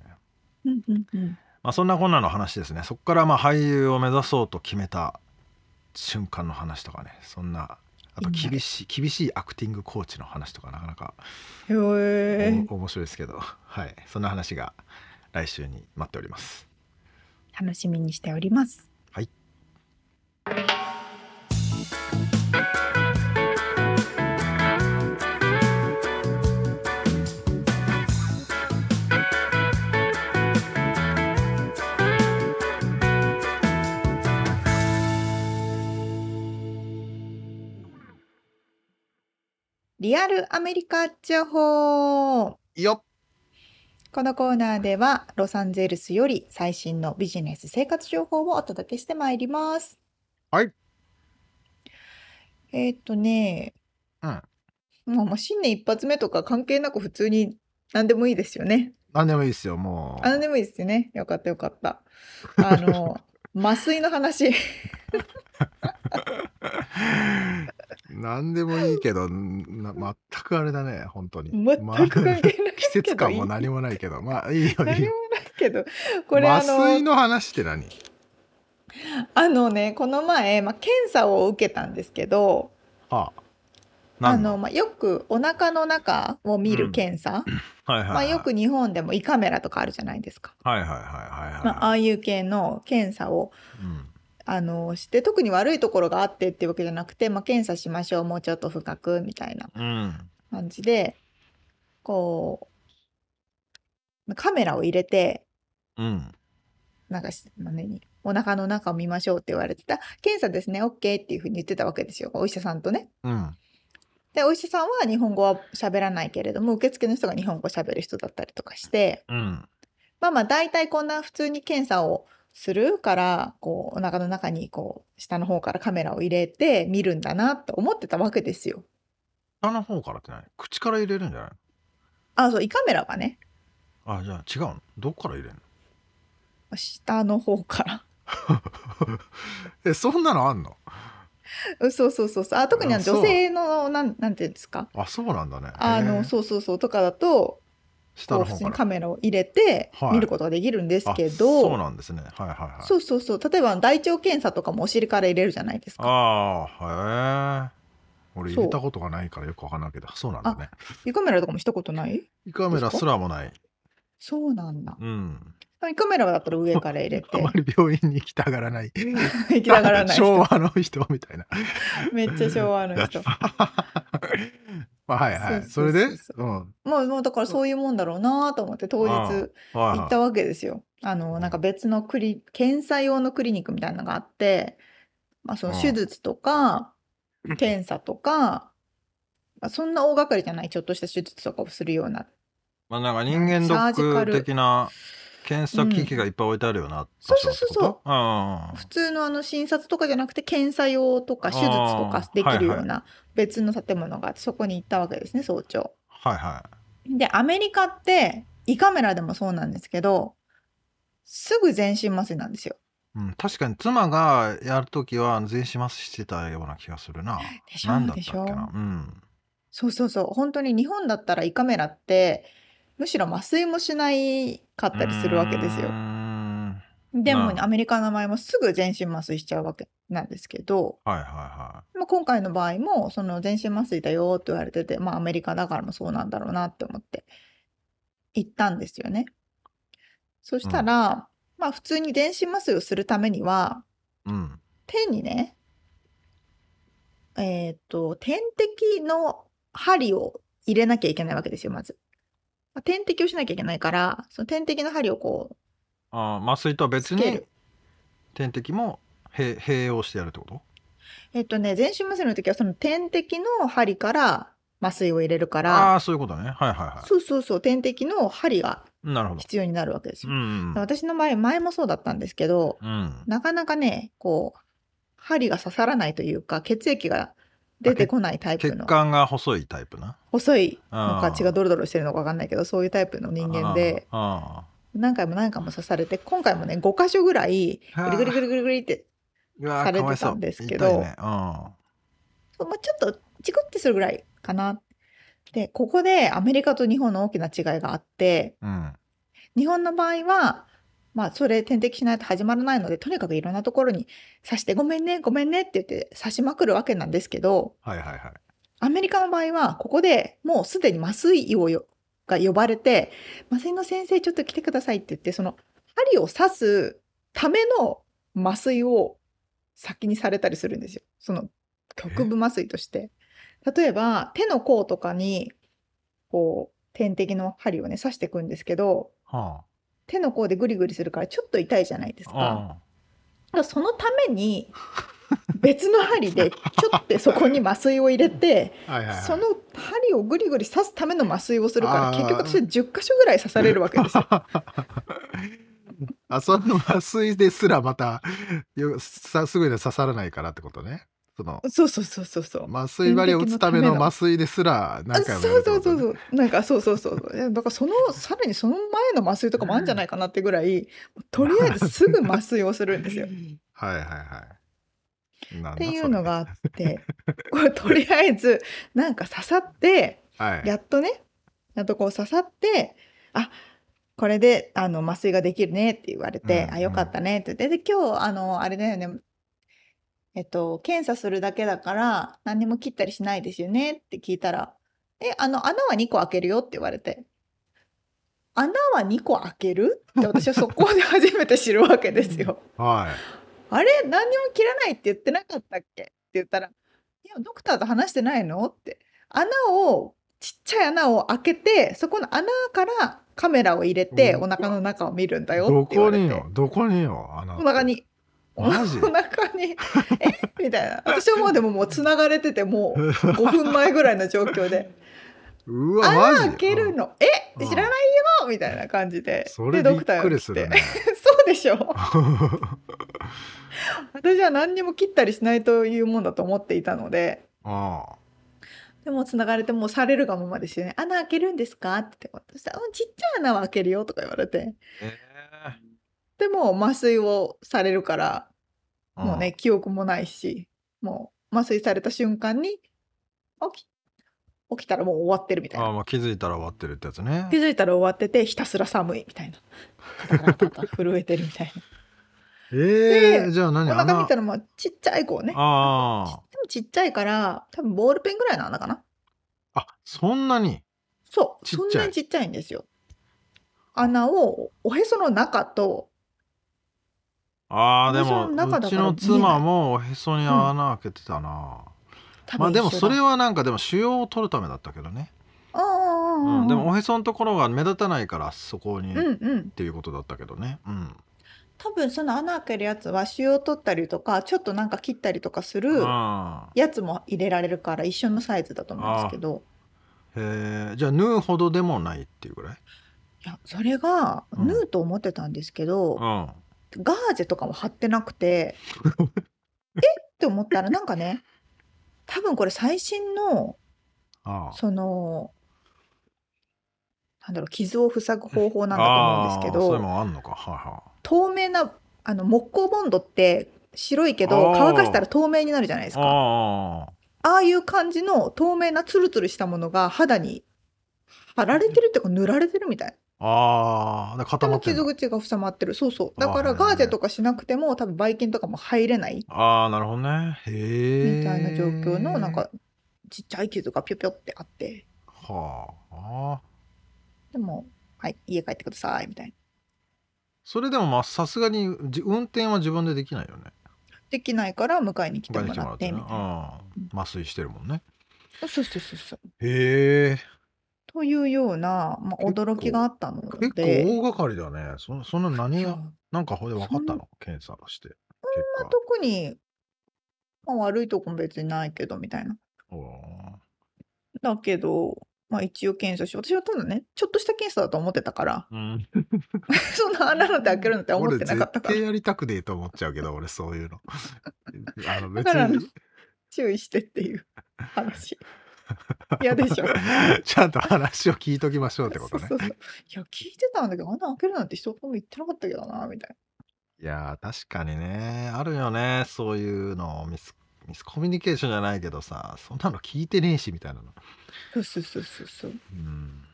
[SPEAKER 1] うんうんうん。
[SPEAKER 3] まあ、そんなこんなの話ですねそこからまあ俳優を目指そうと決めた瞬間の話とかねそんなあと
[SPEAKER 1] いいね
[SPEAKER 3] 厳しい厳しいアクティングコーチの話とかなかなか
[SPEAKER 1] へ
[SPEAKER 3] お
[SPEAKER 1] え。
[SPEAKER 3] 面白いですけど、はい、そんな話が来週に待っております。
[SPEAKER 1] 楽しみにしております。
[SPEAKER 3] はい。
[SPEAKER 1] リアルアメリカ情報。
[SPEAKER 3] よっ
[SPEAKER 1] このコーナーではロサンゼルスより最新のビジネス生活情報をお届けしてまいります。
[SPEAKER 3] はい。
[SPEAKER 1] えーっとね、
[SPEAKER 3] うん
[SPEAKER 1] まあまあ新年一発目とか関係なく普通に何でもいいですよね。
[SPEAKER 3] 何でもいいですよもう
[SPEAKER 1] あ何でもいいですよね。よかったよかった。あ の麻酔の話。
[SPEAKER 3] 何でもいいけどな全くあれだね本当に
[SPEAKER 1] 全く関係ないけど
[SPEAKER 3] まあ 季節感も何もないけどまあいいよい
[SPEAKER 1] 何
[SPEAKER 3] い
[SPEAKER 1] も
[SPEAKER 3] よ
[SPEAKER 1] ないけど、これあ
[SPEAKER 3] 麻酔
[SPEAKER 1] の
[SPEAKER 3] の話って何
[SPEAKER 1] あのねこの前まあ検査を受けたんですけど、
[SPEAKER 3] はあ
[SPEAKER 1] あ
[SPEAKER 3] 何
[SPEAKER 1] のまあよくお腹の中を見
[SPEAKER 3] う
[SPEAKER 1] る
[SPEAKER 3] ん
[SPEAKER 1] 検査。
[SPEAKER 3] はいはいはい
[SPEAKER 1] まあ、よく日本でも胃カメラとかあるじゃないですか、
[SPEAKER 3] はいはいはいはいはい、
[SPEAKER 1] まあ、ああいう系の検査を
[SPEAKER 3] うん
[SPEAKER 1] あのして特に悪いところがあってっていうわけじゃなくて、まあ、検査しましょうもうちょっと深くみたいな
[SPEAKER 3] うん
[SPEAKER 1] 感じでこうカメラを入れて
[SPEAKER 3] うん
[SPEAKER 1] なんかし何お腹の中を見ましょうって言われてた検査ですね OK っていうふうに言ってたわけですよお医者さんとね。
[SPEAKER 3] うん
[SPEAKER 1] でお医者さんは日本語は喋らないけれども受付の人が日本語喋る人だったりとかして。
[SPEAKER 3] うん
[SPEAKER 1] まあまあ大体こんな普通に検査をするからこうお腹の中にこう下の方からカメラを入れて見るんだなと思ってたわけですよ。
[SPEAKER 3] 下の方からって何口から入れるんじゃない
[SPEAKER 1] あそう胃カメラはね
[SPEAKER 3] のあじゃあ違うのどっから入れるの
[SPEAKER 1] 下の方から。
[SPEAKER 3] えそんなのあんの
[SPEAKER 1] うんそうそうそうそうあ特にあの
[SPEAKER 3] あそう
[SPEAKER 1] 女性のなんなんていうんですか
[SPEAKER 3] あそうなんだね
[SPEAKER 1] あ
[SPEAKER 3] へえ
[SPEAKER 1] のそうそうそうとかだと
[SPEAKER 3] 下
[SPEAKER 1] こう
[SPEAKER 3] の
[SPEAKER 1] 普通
[SPEAKER 3] 方か
[SPEAKER 1] に
[SPEAKER 3] ら
[SPEAKER 1] カメラを入れて
[SPEAKER 3] はい
[SPEAKER 1] 見ることができるんですけ
[SPEAKER 3] あ
[SPEAKER 1] ど、
[SPEAKER 3] そうなんですねはいはいはい
[SPEAKER 1] そうそうそう例えば大腸検査とかもお尻から入れるじゃないですか。
[SPEAKER 3] ああへ俺
[SPEAKER 1] そう
[SPEAKER 3] 入れたことがないからよくわかんないけどそうなんだね
[SPEAKER 1] 胃カメラとかもしたことない
[SPEAKER 3] 胃カメラすらもない
[SPEAKER 1] そうなんだ。
[SPEAKER 3] うん
[SPEAKER 1] 胃カメラだったら上から入れて
[SPEAKER 3] あま、り病院に行きたがらない
[SPEAKER 1] 行きたがらない
[SPEAKER 3] 昭
[SPEAKER 1] 人。
[SPEAKER 3] 和の人みたいな。
[SPEAKER 1] めっちゃ昭和の人
[SPEAKER 3] まあはいはいそ
[SPEAKER 1] そうそうそうそう
[SPEAKER 3] れでうん
[SPEAKER 1] まあ、もうだからそういうもんだろうなと思って当
[SPEAKER 3] ああ
[SPEAKER 1] 日
[SPEAKER 3] はい
[SPEAKER 1] 行
[SPEAKER 3] は
[SPEAKER 1] っ
[SPEAKER 3] い
[SPEAKER 1] たわけですよ。あの、なんか別のクリ、検査用のクリニックみたいなのがあって、まあその
[SPEAKER 3] うん
[SPEAKER 1] 手術とか、検査とか、まあ、そんな大掛かりじゃないちょっとした手術とかをするような。
[SPEAKER 3] まあなんか人間ド
[SPEAKER 1] サージカ
[SPEAKER 3] ック
[SPEAKER 1] ル
[SPEAKER 3] 的な検査機器がいっぱい置いてあるような
[SPEAKER 1] そうそうそうそう
[SPEAKER 3] うあ
[SPEAKER 1] 普通のあの診察とかじゃなくて検査用とか手術とかできるような別の建物があってそこに行ったわけですね早朝。
[SPEAKER 3] はいは
[SPEAKER 1] でアメリカって胃カメラでもそうなんですけどすぐ全身麻酔なんですよ。
[SPEAKER 3] い、うん、確かに妻がやるときは全身麻酔してたような気がするな
[SPEAKER 1] でしょ
[SPEAKER 3] なんだった
[SPEAKER 1] で
[SPEAKER 3] っ
[SPEAKER 1] し
[SPEAKER 3] け
[SPEAKER 1] ょ
[SPEAKER 3] なうん
[SPEAKER 1] そうそうそう本当に日本だったら胃カメラってむしろ麻酔もしないかったりするわけです
[SPEAKER 3] うー
[SPEAKER 1] よ。
[SPEAKER 3] んはい
[SPEAKER 1] でも
[SPEAKER 3] うん
[SPEAKER 1] アメリカの場合もすぐ全身麻酔しちゃうわけなんですけど、
[SPEAKER 3] はいは
[SPEAKER 1] まあ、今回の場合もその全身麻酔だよって言われててまあアメリカだからもそうなんだろうなって思って行ったんですよね。そしたら、まあ普通に全身麻酔をするためにはい
[SPEAKER 3] うん
[SPEAKER 1] 手にね、えっと、点滴の針を入れなきゃいけないわけですよ、まず。まあ点滴をしなきゃいけないから、その点滴の針をこ
[SPEAKER 3] あー麻酔とは
[SPEAKER 1] う、
[SPEAKER 3] 別
[SPEAKER 1] つけ
[SPEAKER 3] に
[SPEAKER 1] る。
[SPEAKER 3] 点滴も併併用してやるってこと
[SPEAKER 1] えっとね、全身麻酔の時はその点滴の針から麻酔を入れるか
[SPEAKER 3] あ
[SPEAKER 1] ら、
[SPEAKER 3] あーそういうことねはいはいは
[SPEAKER 1] そうそうそう、点滴の針が
[SPEAKER 3] いなるほど
[SPEAKER 1] 必要になるわけです
[SPEAKER 3] う
[SPEAKER 1] よ。
[SPEAKER 3] ん
[SPEAKER 1] 私の場合、前もそうだったんですけど、
[SPEAKER 3] うん
[SPEAKER 1] なかなかね、こう、針が刺さらないというか、血液が出てこないタイプ
[SPEAKER 3] 血
[SPEAKER 1] の、
[SPEAKER 3] 管が細いタイプな
[SPEAKER 1] 細い
[SPEAKER 3] あ
[SPEAKER 1] のか
[SPEAKER 3] ー
[SPEAKER 1] 血がドロドロしてるのか分かんないけどそういうタイプの人間で
[SPEAKER 3] あ
[SPEAKER 1] 何回も何回も刺されて今回もね5箇所ぐらい
[SPEAKER 3] あー
[SPEAKER 1] グリグリグリグリグリって
[SPEAKER 3] ーうわー
[SPEAKER 1] されて
[SPEAKER 3] かわいそう
[SPEAKER 1] たんですけど
[SPEAKER 3] 痛いねう
[SPEAKER 1] そ
[SPEAKER 3] ん
[SPEAKER 1] うまあちょっとチクってするぐらいかな。でここでアメリカと日本の大きな違いがあって
[SPEAKER 3] うん
[SPEAKER 1] 日本の場合はまあそれ点滴しないと始まらないのでとにかくいろんなところに刺して「ごめんねごめんね」って言って刺しまくるわけなんですけど
[SPEAKER 3] はいはいはい
[SPEAKER 1] アメリカの場合は、ここでもうすでに麻酔をよが呼ばれて、麻酔の先生ちょっと来てくださいって言って、その針を刺すための麻酔を先にされたりするんですよ。その局部麻酔として。例えば、手の甲とかに、こう、点滴の針をね、刺していくんですけど、
[SPEAKER 3] は
[SPEAKER 1] 手の甲でグリグリするからちょっと痛いじゃないです
[SPEAKER 3] あ
[SPEAKER 1] か。
[SPEAKER 3] ああ
[SPEAKER 1] だからそのために、別の針でちょっとそこに麻酔を入れ て、
[SPEAKER 3] はいはいはい
[SPEAKER 1] その針をぐりぐり刺すための麻酔をするから
[SPEAKER 3] あー。
[SPEAKER 1] 結局私は10箇所ぐらい刺されるわけです よ
[SPEAKER 3] あその麻酔ですらまたよさすぐには刺さらないからってことねその
[SPEAKER 1] そうそうそうそうそう。
[SPEAKER 3] 麻酔針を打つための
[SPEAKER 1] 点滴のための
[SPEAKER 3] 麻酔ですら
[SPEAKER 1] あ
[SPEAKER 3] 何
[SPEAKER 1] そ
[SPEAKER 3] 回
[SPEAKER 1] う
[SPEAKER 3] もやる
[SPEAKER 1] そ
[SPEAKER 3] っ
[SPEAKER 1] うそうそ
[SPEAKER 3] てこと、
[SPEAKER 1] う
[SPEAKER 3] ね、
[SPEAKER 1] なんかそうそうそうそういやだからそのさらにその前の麻酔とかもあるんじゃないかなってぐらいとりあえずすぐ麻酔をするん ですよ。
[SPEAKER 3] はいはいはいなんだ
[SPEAKER 1] っていうのがあってこれ とりあえずなんか刺さって
[SPEAKER 3] それはい
[SPEAKER 1] やっとねやっとこう刺さってあこれであの麻酔ができるねって言われて、
[SPEAKER 3] うん
[SPEAKER 1] あよかったねって言ってで今日あのあれだよねえっと検査するだけだから何にも切ったりしないですよねって聞いたら「えあの穴は2個開けるよ」って言われて「穴は2個開ける?」って私はそこで初めて知るわけですよ。
[SPEAKER 3] はい
[SPEAKER 1] あれ何にも切らないって言ってなかったっけって言ったら、いや、ドクターと話してないのって。穴を、ちっちゃい穴を開けて、そこの穴からカメラを入れて、
[SPEAKER 3] う
[SPEAKER 1] お
[SPEAKER 3] わ
[SPEAKER 1] 腹の中を見るんだよ
[SPEAKER 3] ど
[SPEAKER 1] って言わ
[SPEAKER 3] こ
[SPEAKER 1] れ
[SPEAKER 3] に
[SPEAKER 1] て
[SPEAKER 3] よ。どこによあの
[SPEAKER 1] お腹に、 お腹
[SPEAKER 3] マジ
[SPEAKER 1] に、えみたいな。私はもうでももう繋がれてて、も う5分前ぐらいの状況で。
[SPEAKER 3] うわマ
[SPEAKER 1] 穴
[SPEAKER 3] ジ
[SPEAKER 1] 開けるの、え
[SPEAKER 3] うん
[SPEAKER 1] 知らないよみたいな感じで。
[SPEAKER 3] そ
[SPEAKER 1] で、
[SPEAKER 3] れび
[SPEAKER 1] ド
[SPEAKER 3] っ
[SPEAKER 1] クター
[SPEAKER 3] く
[SPEAKER 1] が
[SPEAKER 3] り
[SPEAKER 1] 来
[SPEAKER 3] する
[SPEAKER 1] て。
[SPEAKER 3] ね
[SPEAKER 1] そうでしょ 私は何にも切ったりしないというもんだと思っていたので、
[SPEAKER 3] ああ
[SPEAKER 1] でも繋がれてもうされるがままですよね。穴開けるんですかって言って、そしたら、うん、ちっちゃい穴は開けるよとか言われて。
[SPEAKER 3] え
[SPEAKER 1] でもう麻酔をされるから、
[SPEAKER 3] え
[SPEAKER 1] もうね、記憶もないし、もう麻酔された瞬間に、起き、起きたらもう終わってるみたい
[SPEAKER 3] ああ
[SPEAKER 1] な。
[SPEAKER 3] まあ気づいたら終わってるってやつね
[SPEAKER 1] 気づいたら終わってて、ひたすら寒いみたいな。ガタガタガタ震えてるみたいな。
[SPEAKER 3] ええ
[SPEAKER 1] で
[SPEAKER 3] じゃあ何
[SPEAKER 1] お腹
[SPEAKER 3] 穴
[SPEAKER 1] 見たらもうちっちゃい子をね。
[SPEAKER 3] ああ
[SPEAKER 1] ちっちゃいから、多分ボールペンぐらいの穴かな。
[SPEAKER 3] あそんなに
[SPEAKER 1] そう、
[SPEAKER 3] ちっ
[SPEAKER 1] そん
[SPEAKER 3] ちゃい
[SPEAKER 1] なにちっちゃいんですよ。穴をおへその中と、
[SPEAKER 3] ああで
[SPEAKER 1] 私
[SPEAKER 3] も
[SPEAKER 1] の中
[SPEAKER 3] う
[SPEAKER 1] だ
[SPEAKER 3] ち
[SPEAKER 1] から
[SPEAKER 3] の妻もおへそに穴開けてたな、
[SPEAKER 1] 多
[SPEAKER 3] まあ
[SPEAKER 1] 分
[SPEAKER 3] でも
[SPEAKER 1] 一緒
[SPEAKER 3] それ
[SPEAKER 1] だ
[SPEAKER 3] はなんかでも腫瘍を取るためだったけどね、
[SPEAKER 1] ああああ
[SPEAKER 3] う
[SPEAKER 1] ああ
[SPEAKER 3] んでもおへそのところが目立たないからそこに、
[SPEAKER 1] うん
[SPEAKER 3] っ
[SPEAKER 1] うん、
[SPEAKER 3] ていうことだったけどねうん
[SPEAKER 1] 多分その穴開けるやつは腫瘍取ったりとかちょっとなんか切ったりとかする
[SPEAKER 3] あ
[SPEAKER 1] やつも入れられるから一緒のサイズだと思うんですけど
[SPEAKER 3] ーへえじゃあ縫うほどでもないっていうぐらい
[SPEAKER 1] いやそれが
[SPEAKER 3] うん
[SPEAKER 1] 縫うと思ってたんですけ
[SPEAKER 3] う
[SPEAKER 1] ど、
[SPEAKER 3] ん
[SPEAKER 1] ガーゼとかも貼ってなく てえって思ったらなんかね多分これ最新の
[SPEAKER 3] あ
[SPEAKER 1] そのなんだろう傷を塞ぐ方法なんだと思うんですけ
[SPEAKER 3] あーそ
[SPEAKER 1] ど
[SPEAKER 3] れもあんのかはいはい
[SPEAKER 1] 透明なあの木工ボンドって白いけど
[SPEAKER 3] あー
[SPEAKER 1] 乾かしたら透明になるじゃないですか
[SPEAKER 3] あ
[SPEAKER 1] ああいう感じの透明なツルツルしたものが肌に貼られてるっていうか塗られてるみたい
[SPEAKER 3] あああで
[SPEAKER 1] で
[SPEAKER 3] 固ま
[SPEAKER 1] も
[SPEAKER 3] ってん
[SPEAKER 1] 傷
[SPEAKER 3] の
[SPEAKER 1] 口が塞まってるそうそうだか
[SPEAKER 3] あ
[SPEAKER 1] ら
[SPEAKER 3] ー
[SPEAKER 1] ガーゼとかしなくても多分ばい菌とかも入れない
[SPEAKER 3] ああなるほどねへえ
[SPEAKER 1] みたいな状況のなんかちっちゃい傷がピョピョってあって
[SPEAKER 3] はああー
[SPEAKER 1] でもはい家帰ってくださいみたいな
[SPEAKER 3] それでもまあさすがにじ運転は自分でできないよね
[SPEAKER 1] できないから迎えに来て
[SPEAKER 3] 他に
[SPEAKER 1] も
[SPEAKER 3] 来て
[SPEAKER 1] ら
[SPEAKER 3] もらっ
[SPEAKER 1] って
[SPEAKER 3] て
[SPEAKER 1] み
[SPEAKER 3] ね
[SPEAKER 1] たいな
[SPEAKER 3] うん麻酔してるもんね
[SPEAKER 1] そうそうそうそう
[SPEAKER 3] へえ
[SPEAKER 1] というような、まあ、
[SPEAKER 3] 結構
[SPEAKER 1] 驚きがあったので
[SPEAKER 3] 結構大掛かりだねそそんな何
[SPEAKER 1] いや
[SPEAKER 3] がなんかほんで分かったの検査して結果
[SPEAKER 1] 特に、まあ、悪いとこも別にないけどみたいな。
[SPEAKER 3] おー
[SPEAKER 1] だけど、まあ、一応検査し、私はただね、ちょっとした検査だと思ってた から、
[SPEAKER 3] うん、
[SPEAKER 1] そんな穴なんて開けるのって思ってなかったか
[SPEAKER 3] 俺絶対
[SPEAKER 1] ら、
[SPEAKER 3] やりたくねえと思っちゃうけど俺そう いうのあの別
[SPEAKER 1] だからあの
[SPEAKER 3] に
[SPEAKER 1] 注意してっていう話。嫌でしょ。
[SPEAKER 3] ちゃんと話を聞いときましょうってことね
[SPEAKER 1] そうそうそういや、聞いてたんだけど、穴開けるなんて一言も言ってなかったけどな、みたいな。
[SPEAKER 3] いやー確かにねあるよねそういうのミスミスコミュニケーションじゃないけどさそんなの聞いてねえしみたいなの、
[SPEAKER 1] そうそうそうそうそう。
[SPEAKER 3] うん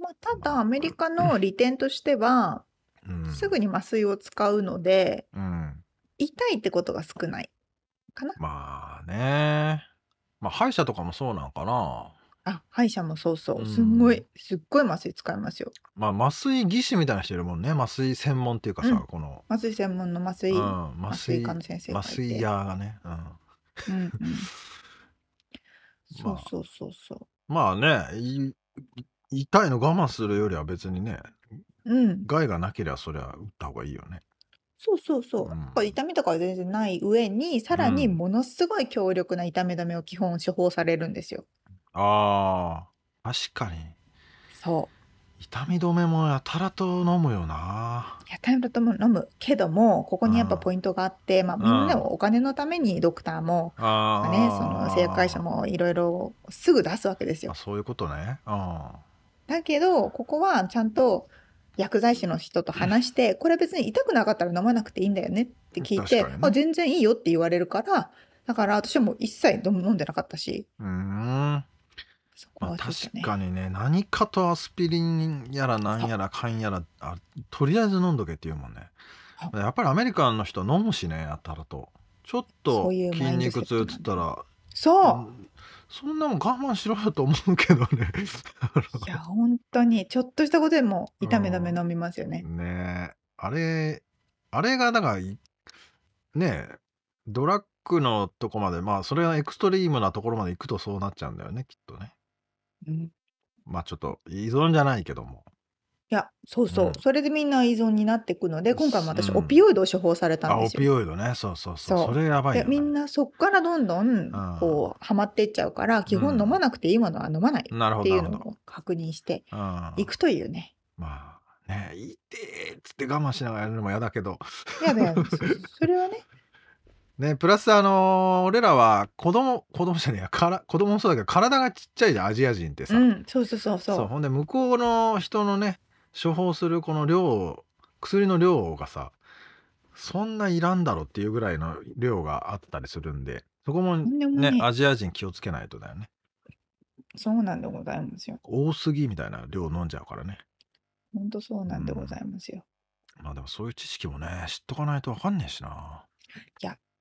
[SPEAKER 1] まあ、ただ、アメリカの利点としては、
[SPEAKER 3] うん、
[SPEAKER 1] すぐに麻酔を使うので、
[SPEAKER 3] うん、
[SPEAKER 1] 痛いってことが少ないかな。
[SPEAKER 3] まあねまあ歯医者とかもそうなんかな
[SPEAKER 1] あ、歯医者もそうそうう。
[SPEAKER 3] ん
[SPEAKER 1] すんごい、すっごい麻酔使いますよ。
[SPEAKER 3] まあ麻酔技師みたいな人いるもんね麻酔専門っていうかさ、
[SPEAKER 1] うん
[SPEAKER 3] この、
[SPEAKER 1] 麻酔専門の麻
[SPEAKER 3] う
[SPEAKER 1] 酔、
[SPEAKER 3] ん、
[SPEAKER 1] 麻
[SPEAKER 3] 麻
[SPEAKER 1] 酔
[SPEAKER 3] 酔
[SPEAKER 1] 科の先生がい
[SPEAKER 3] 麻
[SPEAKER 1] て。
[SPEAKER 3] 酔屋がね、うん、
[SPEAKER 1] うんうん。そ
[SPEAKER 3] ま
[SPEAKER 1] う
[SPEAKER 3] あ
[SPEAKER 1] そうそうそう。
[SPEAKER 3] まあねい痛いの我慢するよりは別にね
[SPEAKER 1] うん、
[SPEAKER 3] 害がなければそりゃ打った方がいいよね
[SPEAKER 1] そうそうそう。
[SPEAKER 3] うん
[SPEAKER 1] なんか痛みとかは全然ない上に、さらにものすごい強力な痛み止めを基本処方されるんですよ。
[SPEAKER 3] あー確かに
[SPEAKER 1] そ
[SPEAKER 3] 痛み止めもやたらと飲むよな
[SPEAKER 1] う。いや、タイムとも飲むけども、ここにやっぱ
[SPEAKER 3] うん
[SPEAKER 1] ポイントがあって、まあみんなお金のためにドクターも、
[SPEAKER 3] あ
[SPEAKER 1] ね、その製薬会社
[SPEAKER 3] も
[SPEAKER 1] もいろいろすぐ出すわけですよ
[SPEAKER 3] あ。そういうことねうん
[SPEAKER 1] だけど、ここはちゃんと薬剤師の人と話して、これ別に痛くなかったら飲まなくていいんだよねって聞いて、
[SPEAKER 3] 確かにね
[SPEAKER 1] あ、全然いいよって言われるから、だから私はもう一切飲む飲んでなかったし、
[SPEAKER 3] うーん
[SPEAKER 1] そこ
[SPEAKER 3] まあ、
[SPEAKER 1] はちょっと
[SPEAKER 3] 確
[SPEAKER 1] ね。
[SPEAKER 3] かにね何かとアスピリンやらなんやらかんやらあとりあえず飲んどけって言うもんね
[SPEAKER 1] そ
[SPEAKER 3] やっぱりアメリカンの人飲むしねやたらとちょっ
[SPEAKER 1] そ
[SPEAKER 3] と
[SPEAKER 1] ういうマ
[SPEAKER 3] 筋
[SPEAKER 1] インドセ
[SPEAKER 3] 肉
[SPEAKER 1] ッ
[SPEAKER 3] 痛っ
[SPEAKER 1] ト
[SPEAKER 3] つったら
[SPEAKER 1] そう
[SPEAKER 3] うんそんなもん我慢しろよと思うけどね
[SPEAKER 1] いや、本当に、ちょっとしたことでも痛み止め飲みますよね。
[SPEAKER 3] ねえあれあれがだからいねえドラッグのとこまでまあそれはエクストリームなところまで行くとそうなっちゃうんだよねきっとね
[SPEAKER 1] うんい
[SPEAKER 3] まあちょっと依存じゃないけども
[SPEAKER 1] や、そうそう、
[SPEAKER 3] うん
[SPEAKER 1] それでみんな依存になっていくので、今回も私、
[SPEAKER 3] うん
[SPEAKER 1] オピオイドを処方された
[SPEAKER 3] あ
[SPEAKER 1] んで
[SPEAKER 3] オ
[SPEAKER 1] す
[SPEAKER 3] ピ
[SPEAKER 1] よ。
[SPEAKER 3] オイドねそうそうそうそ
[SPEAKER 1] そう
[SPEAKER 3] れやばい
[SPEAKER 1] で
[SPEAKER 3] よ、ね、
[SPEAKER 1] みんなそっからどんどん
[SPEAKER 3] ん
[SPEAKER 1] こうハマっていっちゃうから基本飲まなくていいものは飲まないっ
[SPEAKER 3] なるほ
[SPEAKER 1] て
[SPEAKER 3] ど
[SPEAKER 1] い
[SPEAKER 3] な
[SPEAKER 1] う
[SPEAKER 3] る
[SPEAKER 1] の
[SPEAKER 3] ほど
[SPEAKER 1] を確認して
[SPEAKER 3] うん
[SPEAKER 1] いくというね。
[SPEAKER 3] まあね痛えっつって我慢しながらやるのも嫌だけど
[SPEAKER 1] や だやだ。そうそうそれはね。
[SPEAKER 3] ねプラスあのー俺らは子供子供じゃねえやから子供もそうだけど体がちっちゃいじゃんアジア人ってさ、
[SPEAKER 1] うん。そうそうそう
[SPEAKER 3] そう
[SPEAKER 1] そう。
[SPEAKER 3] ほんで向こうの人のね処方するこの量薬の量がさそんないらんだろっていうぐらいの量があったりするんでそこも
[SPEAKER 1] とんでも
[SPEAKER 3] ね
[SPEAKER 1] ね
[SPEAKER 3] アジア人気をつけないとだよね
[SPEAKER 1] そうなんでございますよ。
[SPEAKER 3] 多すぎみたいな量飲んじゃうからね
[SPEAKER 1] 本当そうなんでございますよ。
[SPEAKER 3] まあでもそういう知識もね知っとかないとわかんねえしな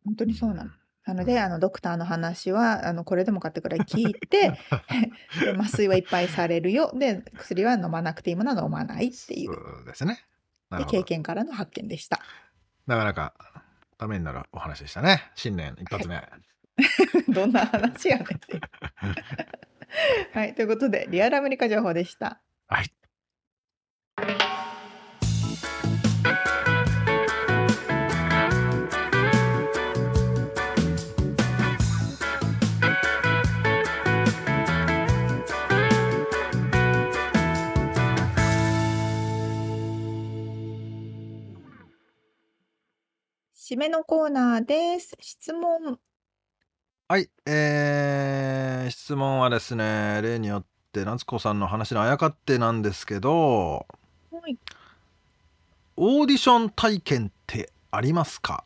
[SPEAKER 1] 本当にそうなの。なので、あの、ドクターの話は、あの、これでもかってくらい聞いて、 で麻酔はいっぱいされるよ。で、薬は飲まなくていいものは飲まないっていう。
[SPEAKER 3] そうですね。な
[SPEAKER 1] で、
[SPEAKER 3] るほ
[SPEAKER 1] 経
[SPEAKER 3] ど。
[SPEAKER 1] 験からの発見でした。
[SPEAKER 3] なかなかためになるお話でしたね。新年一発目。
[SPEAKER 1] どんな話やねんっていう。はい、ということで、リアルアメリカ情報でした。
[SPEAKER 3] はい。
[SPEAKER 1] 締めのコーナーです。質問。
[SPEAKER 3] はい。えー、質問はですね、例によって夏子さんの話のあやかってなんですけど、
[SPEAKER 1] はい、
[SPEAKER 3] オーディション体験ってありますか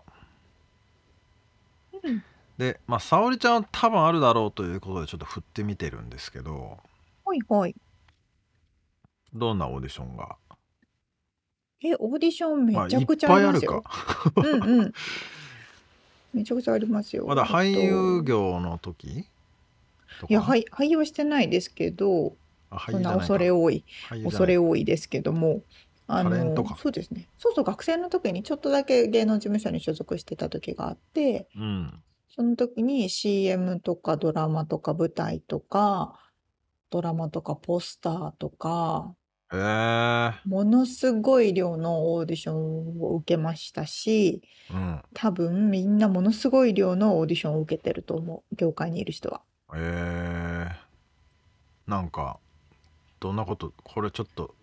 [SPEAKER 1] うん
[SPEAKER 3] で、まあ、沙織ちゃんは多分あるだろうということでちょっと振ってみてるんですけど、
[SPEAKER 1] ほいほい。
[SPEAKER 3] どんなオーディションが
[SPEAKER 1] え、オーディションめ
[SPEAKER 3] まあ、
[SPEAKER 1] ち
[SPEAKER 3] い
[SPEAKER 1] ゃ
[SPEAKER 3] っ
[SPEAKER 1] くちゃあ
[SPEAKER 3] ぱい
[SPEAKER 1] り
[SPEAKER 3] あ
[SPEAKER 1] ま
[SPEAKER 3] る
[SPEAKER 1] すよ
[SPEAKER 3] か。。
[SPEAKER 1] うんうん。めちゃくちゃありますよ。
[SPEAKER 3] まだ俳
[SPEAKER 1] え
[SPEAKER 3] 優
[SPEAKER 1] っと
[SPEAKER 3] 業の時とか
[SPEAKER 1] いや、はい、俳優はしてないですけど、
[SPEAKER 3] あ
[SPEAKER 1] そ
[SPEAKER 3] 俳優
[SPEAKER 1] ん
[SPEAKER 3] じゃ
[SPEAKER 1] な
[SPEAKER 3] ない
[SPEAKER 1] 恐れ多い。
[SPEAKER 3] か俳優じゃ
[SPEAKER 1] 恐
[SPEAKER 3] ない
[SPEAKER 1] れ多いですけども、あ
[SPEAKER 3] タレントか
[SPEAKER 1] の、そうですね。そうそう、学生の時にちょっとだけ芸能事務所に所属してた時があって、
[SPEAKER 3] うん。
[SPEAKER 1] その時に CM とかドラマとか舞台とか、ドラマとかポスターとか、
[SPEAKER 3] へえー。
[SPEAKER 1] ものすごい量のオーディションを受けましたし、
[SPEAKER 3] うん。
[SPEAKER 1] 多分みんなものすごい量のオーディションを受けてると思う、業界にいる人は。
[SPEAKER 3] えー、なんかどんなことこれちょっと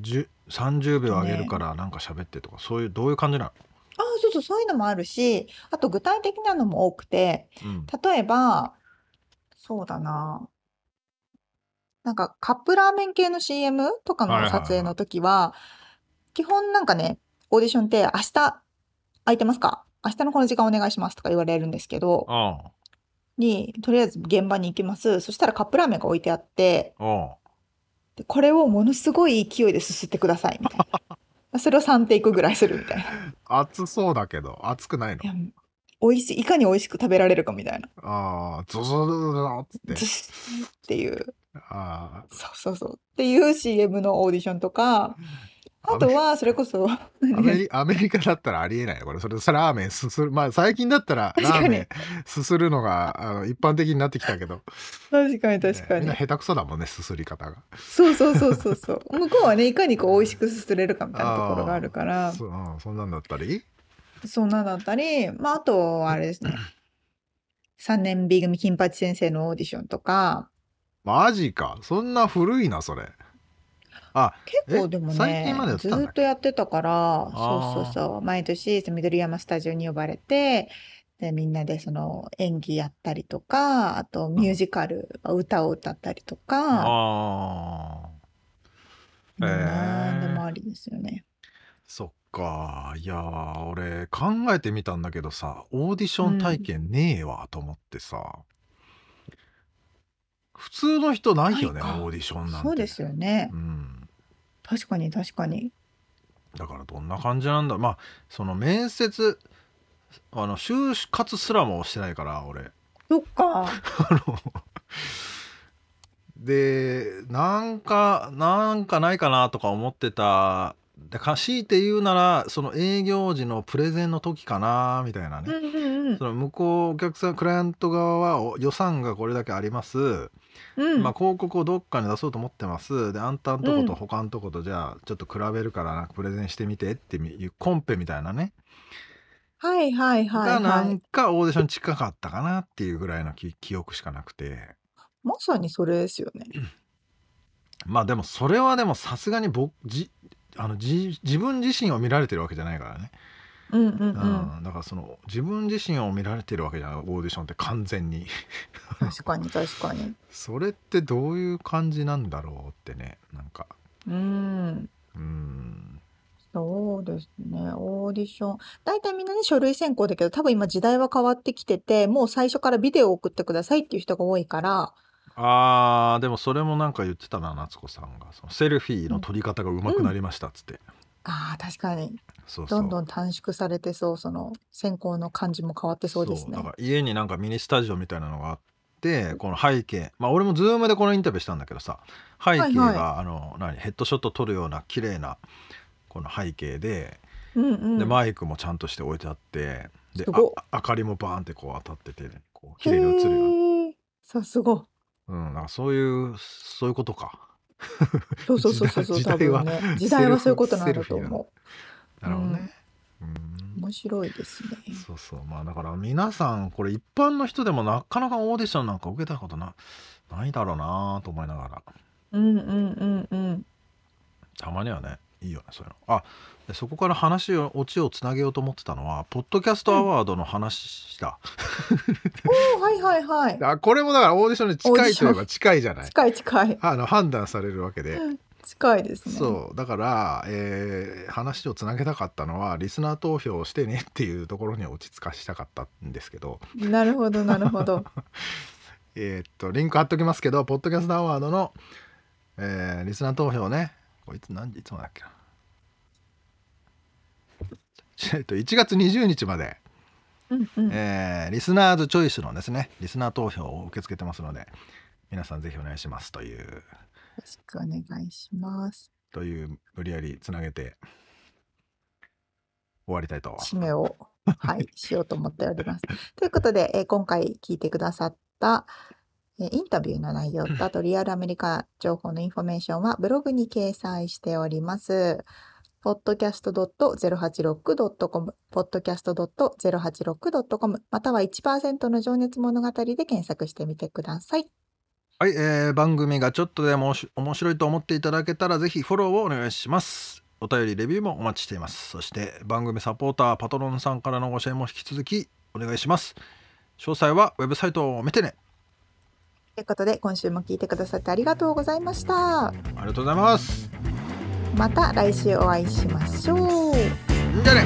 [SPEAKER 3] 10 30秒あげるからなんか喋ってとか、そういうどういう感じな
[SPEAKER 1] ああ、そうそう、そういうのもあるし、あと具体的なのも多くて、
[SPEAKER 3] の、うん、
[SPEAKER 1] 例えば、そうだな。なんかカップラーメン系の CM とか
[SPEAKER 3] はいは
[SPEAKER 1] の
[SPEAKER 3] いはい
[SPEAKER 1] 撮影の時は、基本なんかね、オーディションって明日空いてますか明日のこの時間お願いしますとか言われるんですけど、
[SPEAKER 3] あ
[SPEAKER 1] に、とりあえず現場に行きます。そしたらカップラーメンが置いてあって、
[SPEAKER 3] ああ
[SPEAKER 1] でこれをものすごい勢いですすってくださいみたいな。 それを3テイクぐらいするみ たいな。い
[SPEAKER 3] あ熱そうだけど熱くないの
[SPEAKER 1] や、美味しい、いかに美味しく食べられるかみたいな。
[SPEAKER 3] ああゾゾゾゾゾっつって
[SPEAKER 1] ずしっていう。
[SPEAKER 3] あ
[SPEAKER 1] そうそうそう。っていう CM のオーディションとか、
[SPEAKER 3] あ
[SPEAKER 1] あとはそれこそ、
[SPEAKER 3] アメリアメリカだったらありえないのこれそれそれラーメンすするまあ最近だったらラ
[SPEAKER 1] 確か
[SPEAKER 3] ー
[SPEAKER 1] に
[SPEAKER 3] メンすするのがあの一般的になってきたけど
[SPEAKER 1] 確かに確か
[SPEAKER 3] ねみん
[SPEAKER 1] に
[SPEAKER 3] な。下手くそだもんねすすり方が
[SPEAKER 1] そうそうそうそうそう。 向こうはね、いかにこう美味しくすすれるかみたいなところがあるから
[SPEAKER 3] ー、そ,、うん、そんなんだったり
[SPEAKER 1] そんなのだったり、まああと、あれです ね。3年 B 組金八先生のオーディションとか、
[SPEAKER 3] マジか。そんな古いな、それ。あ、
[SPEAKER 1] 結構でも
[SPEAKER 3] え最近まで
[SPEAKER 1] ね、
[SPEAKER 3] やって
[SPEAKER 1] ず
[SPEAKER 3] たんだ
[SPEAKER 1] ーっ
[SPEAKER 3] っけ
[SPEAKER 1] とやってたから、
[SPEAKER 3] あ
[SPEAKER 1] そ
[SPEAKER 3] ー
[SPEAKER 1] うそうそう、毎年、緑山スタジオに呼ばれて、で、みんなでその演技やったりとか、あとミュージカル、歌を歌ったりとか、
[SPEAKER 3] ああ。
[SPEAKER 1] もう何で
[SPEAKER 3] へー
[SPEAKER 1] もありですよね。
[SPEAKER 3] そっか。いやー、俺、考えてみたんだけどさ、オーディション体験ねえわ、と思ってさ。普通の人ないよね、
[SPEAKER 1] ないか
[SPEAKER 3] オーディションなんて。
[SPEAKER 1] そうですよね
[SPEAKER 3] う。ん。
[SPEAKER 1] 確かに確かに。
[SPEAKER 3] だからどんな感じなんだまあその面接あの就活すらもしてないから俺
[SPEAKER 1] そっか。
[SPEAKER 3] あのでなんかなんかないかなとか思ってたでか強いて言うならその営業時のプレゼンの時かなみたいな
[SPEAKER 1] うん
[SPEAKER 3] ね、
[SPEAKER 1] うんうん
[SPEAKER 3] そ。の向こうお客さんクライアント側はお予算がこれだけあります、
[SPEAKER 1] うん。
[SPEAKER 3] まあ、広告をどっかに出そうと思ってますであんたんとこと他んとことじゃあちょっと比べるからなんかプレゼンしてみてっていうコンペみたいなね
[SPEAKER 1] はいはいは
[SPEAKER 3] が
[SPEAKER 1] い
[SPEAKER 3] な
[SPEAKER 1] は
[SPEAKER 3] ん
[SPEAKER 1] い。
[SPEAKER 3] かオーディション近かったかなっていうぐらいの記記憶しかなくて。
[SPEAKER 1] まさにそれですよね。
[SPEAKER 3] まあでもそれはでもさすがに僕じあのじ自分自身を見られてるわけじゃないからね、
[SPEAKER 1] うんうんう
[SPEAKER 3] うん
[SPEAKER 1] ん。
[SPEAKER 3] だからその自分自身を見られてるわけじゃないオーディションって完全に
[SPEAKER 1] 確かに確かに。
[SPEAKER 3] それってどういう感じなんだろうってねなんか
[SPEAKER 1] うん。
[SPEAKER 3] うん
[SPEAKER 1] そうですね。オーディション。大体みんなね、書類選考だけど、多分今時代は変わってきてて、もう最初からビデオを送ってくださいっていう人が多いから、
[SPEAKER 3] あーでもそれもなんか言ってたな夏子さんがそのセルフィーの撮り方がうまくなりましたっつって、
[SPEAKER 1] ああ、確かに。
[SPEAKER 3] そうそう
[SPEAKER 1] どんどん短縮されてそう、その選考の感じも変わってそうですね
[SPEAKER 3] だ。から家になんかミニスタジオみたいなのがあってこの背景まあ俺もズームでこのインタビューしたんだけどさ背景が、
[SPEAKER 1] はいは
[SPEAKER 3] あの何ヘッドショット撮るような綺麗なこの背景で,、
[SPEAKER 1] うんうん。
[SPEAKER 3] でマイクもちゃんとして置いてあってです
[SPEAKER 1] ごっ
[SPEAKER 3] ああ明かりもバーンってこう当たってて、こう綺麗に映るように、
[SPEAKER 1] へーそう、すごい。
[SPEAKER 3] うん、なんかそういうそういうことか。
[SPEAKER 1] そうそうそうそうそう、
[SPEAKER 3] 時
[SPEAKER 1] 多
[SPEAKER 3] 代
[SPEAKER 1] 分ね。時代はそういうことなんだと
[SPEAKER 3] セルフセルフ
[SPEAKER 1] 思
[SPEAKER 3] なるほどね。うん
[SPEAKER 1] う。面白いですね。
[SPEAKER 3] そうそうまあだから皆さんこれ一般の人でもなかなかオーディションなんか受けたことなないだろうなと思いながら
[SPEAKER 1] うんうんうんうん。
[SPEAKER 3] たまにはねいいよねそういうのあでそこから話をオチをつなげようと思ってたのはポッドキャストアワードの話だ、
[SPEAKER 1] おーはいはい はい。
[SPEAKER 3] あこれもだからオーディションに
[SPEAKER 1] オー
[SPEAKER 3] 近
[SPEAKER 1] デ
[SPEAKER 3] い
[SPEAKER 1] ィシ
[SPEAKER 3] と
[SPEAKER 1] ョ
[SPEAKER 3] い
[SPEAKER 1] ン
[SPEAKER 3] えば近いじゃない
[SPEAKER 1] 近い近い。
[SPEAKER 3] あの判断されるわけで、
[SPEAKER 1] 近いですね。
[SPEAKER 3] そうだから、えー話をつなげたかったのはリスナー投票をしてねっていうところに落ち着かしたかったんですけど
[SPEAKER 1] なるほどなるほど。
[SPEAKER 3] えーっとリンク貼っときますけどポッドキャストアワードの、えーリスナー投票ねこれいつ何時いつもだっけなえーっと1月20日まで、
[SPEAKER 1] うんうん。
[SPEAKER 3] えーリスナーズチョイスのですねリスナー投票を受け付けてますので皆さんぜひお願いしますという
[SPEAKER 1] よろしくお願いします。
[SPEAKER 3] という無理やりつなげて終わりたいと
[SPEAKER 1] 締めを、はい、しようと思っております。ということで、えー今回聞いてくださった、えーインタビューの内容と、あとリアルアメリカ情報のインフォメーションはブログに掲載しております。podcast.086.com、podcast.086.com、または1%の情熱物語で検索してみてください。
[SPEAKER 3] はい、えー番組がちょっとでもおし面白いと思っていただけたらぜひフォローをお願いしますお便りレビューもお待ちしていますそして番組サポーターパトロンさんからのご支援も引き続きお願いします詳細はウェブサイトを見てね
[SPEAKER 1] ということで、今週も聞いてくださってありがとうございました。
[SPEAKER 3] ありがとうございます
[SPEAKER 1] また来週お会いしましょう。
[SPEAKER 3] じゃあね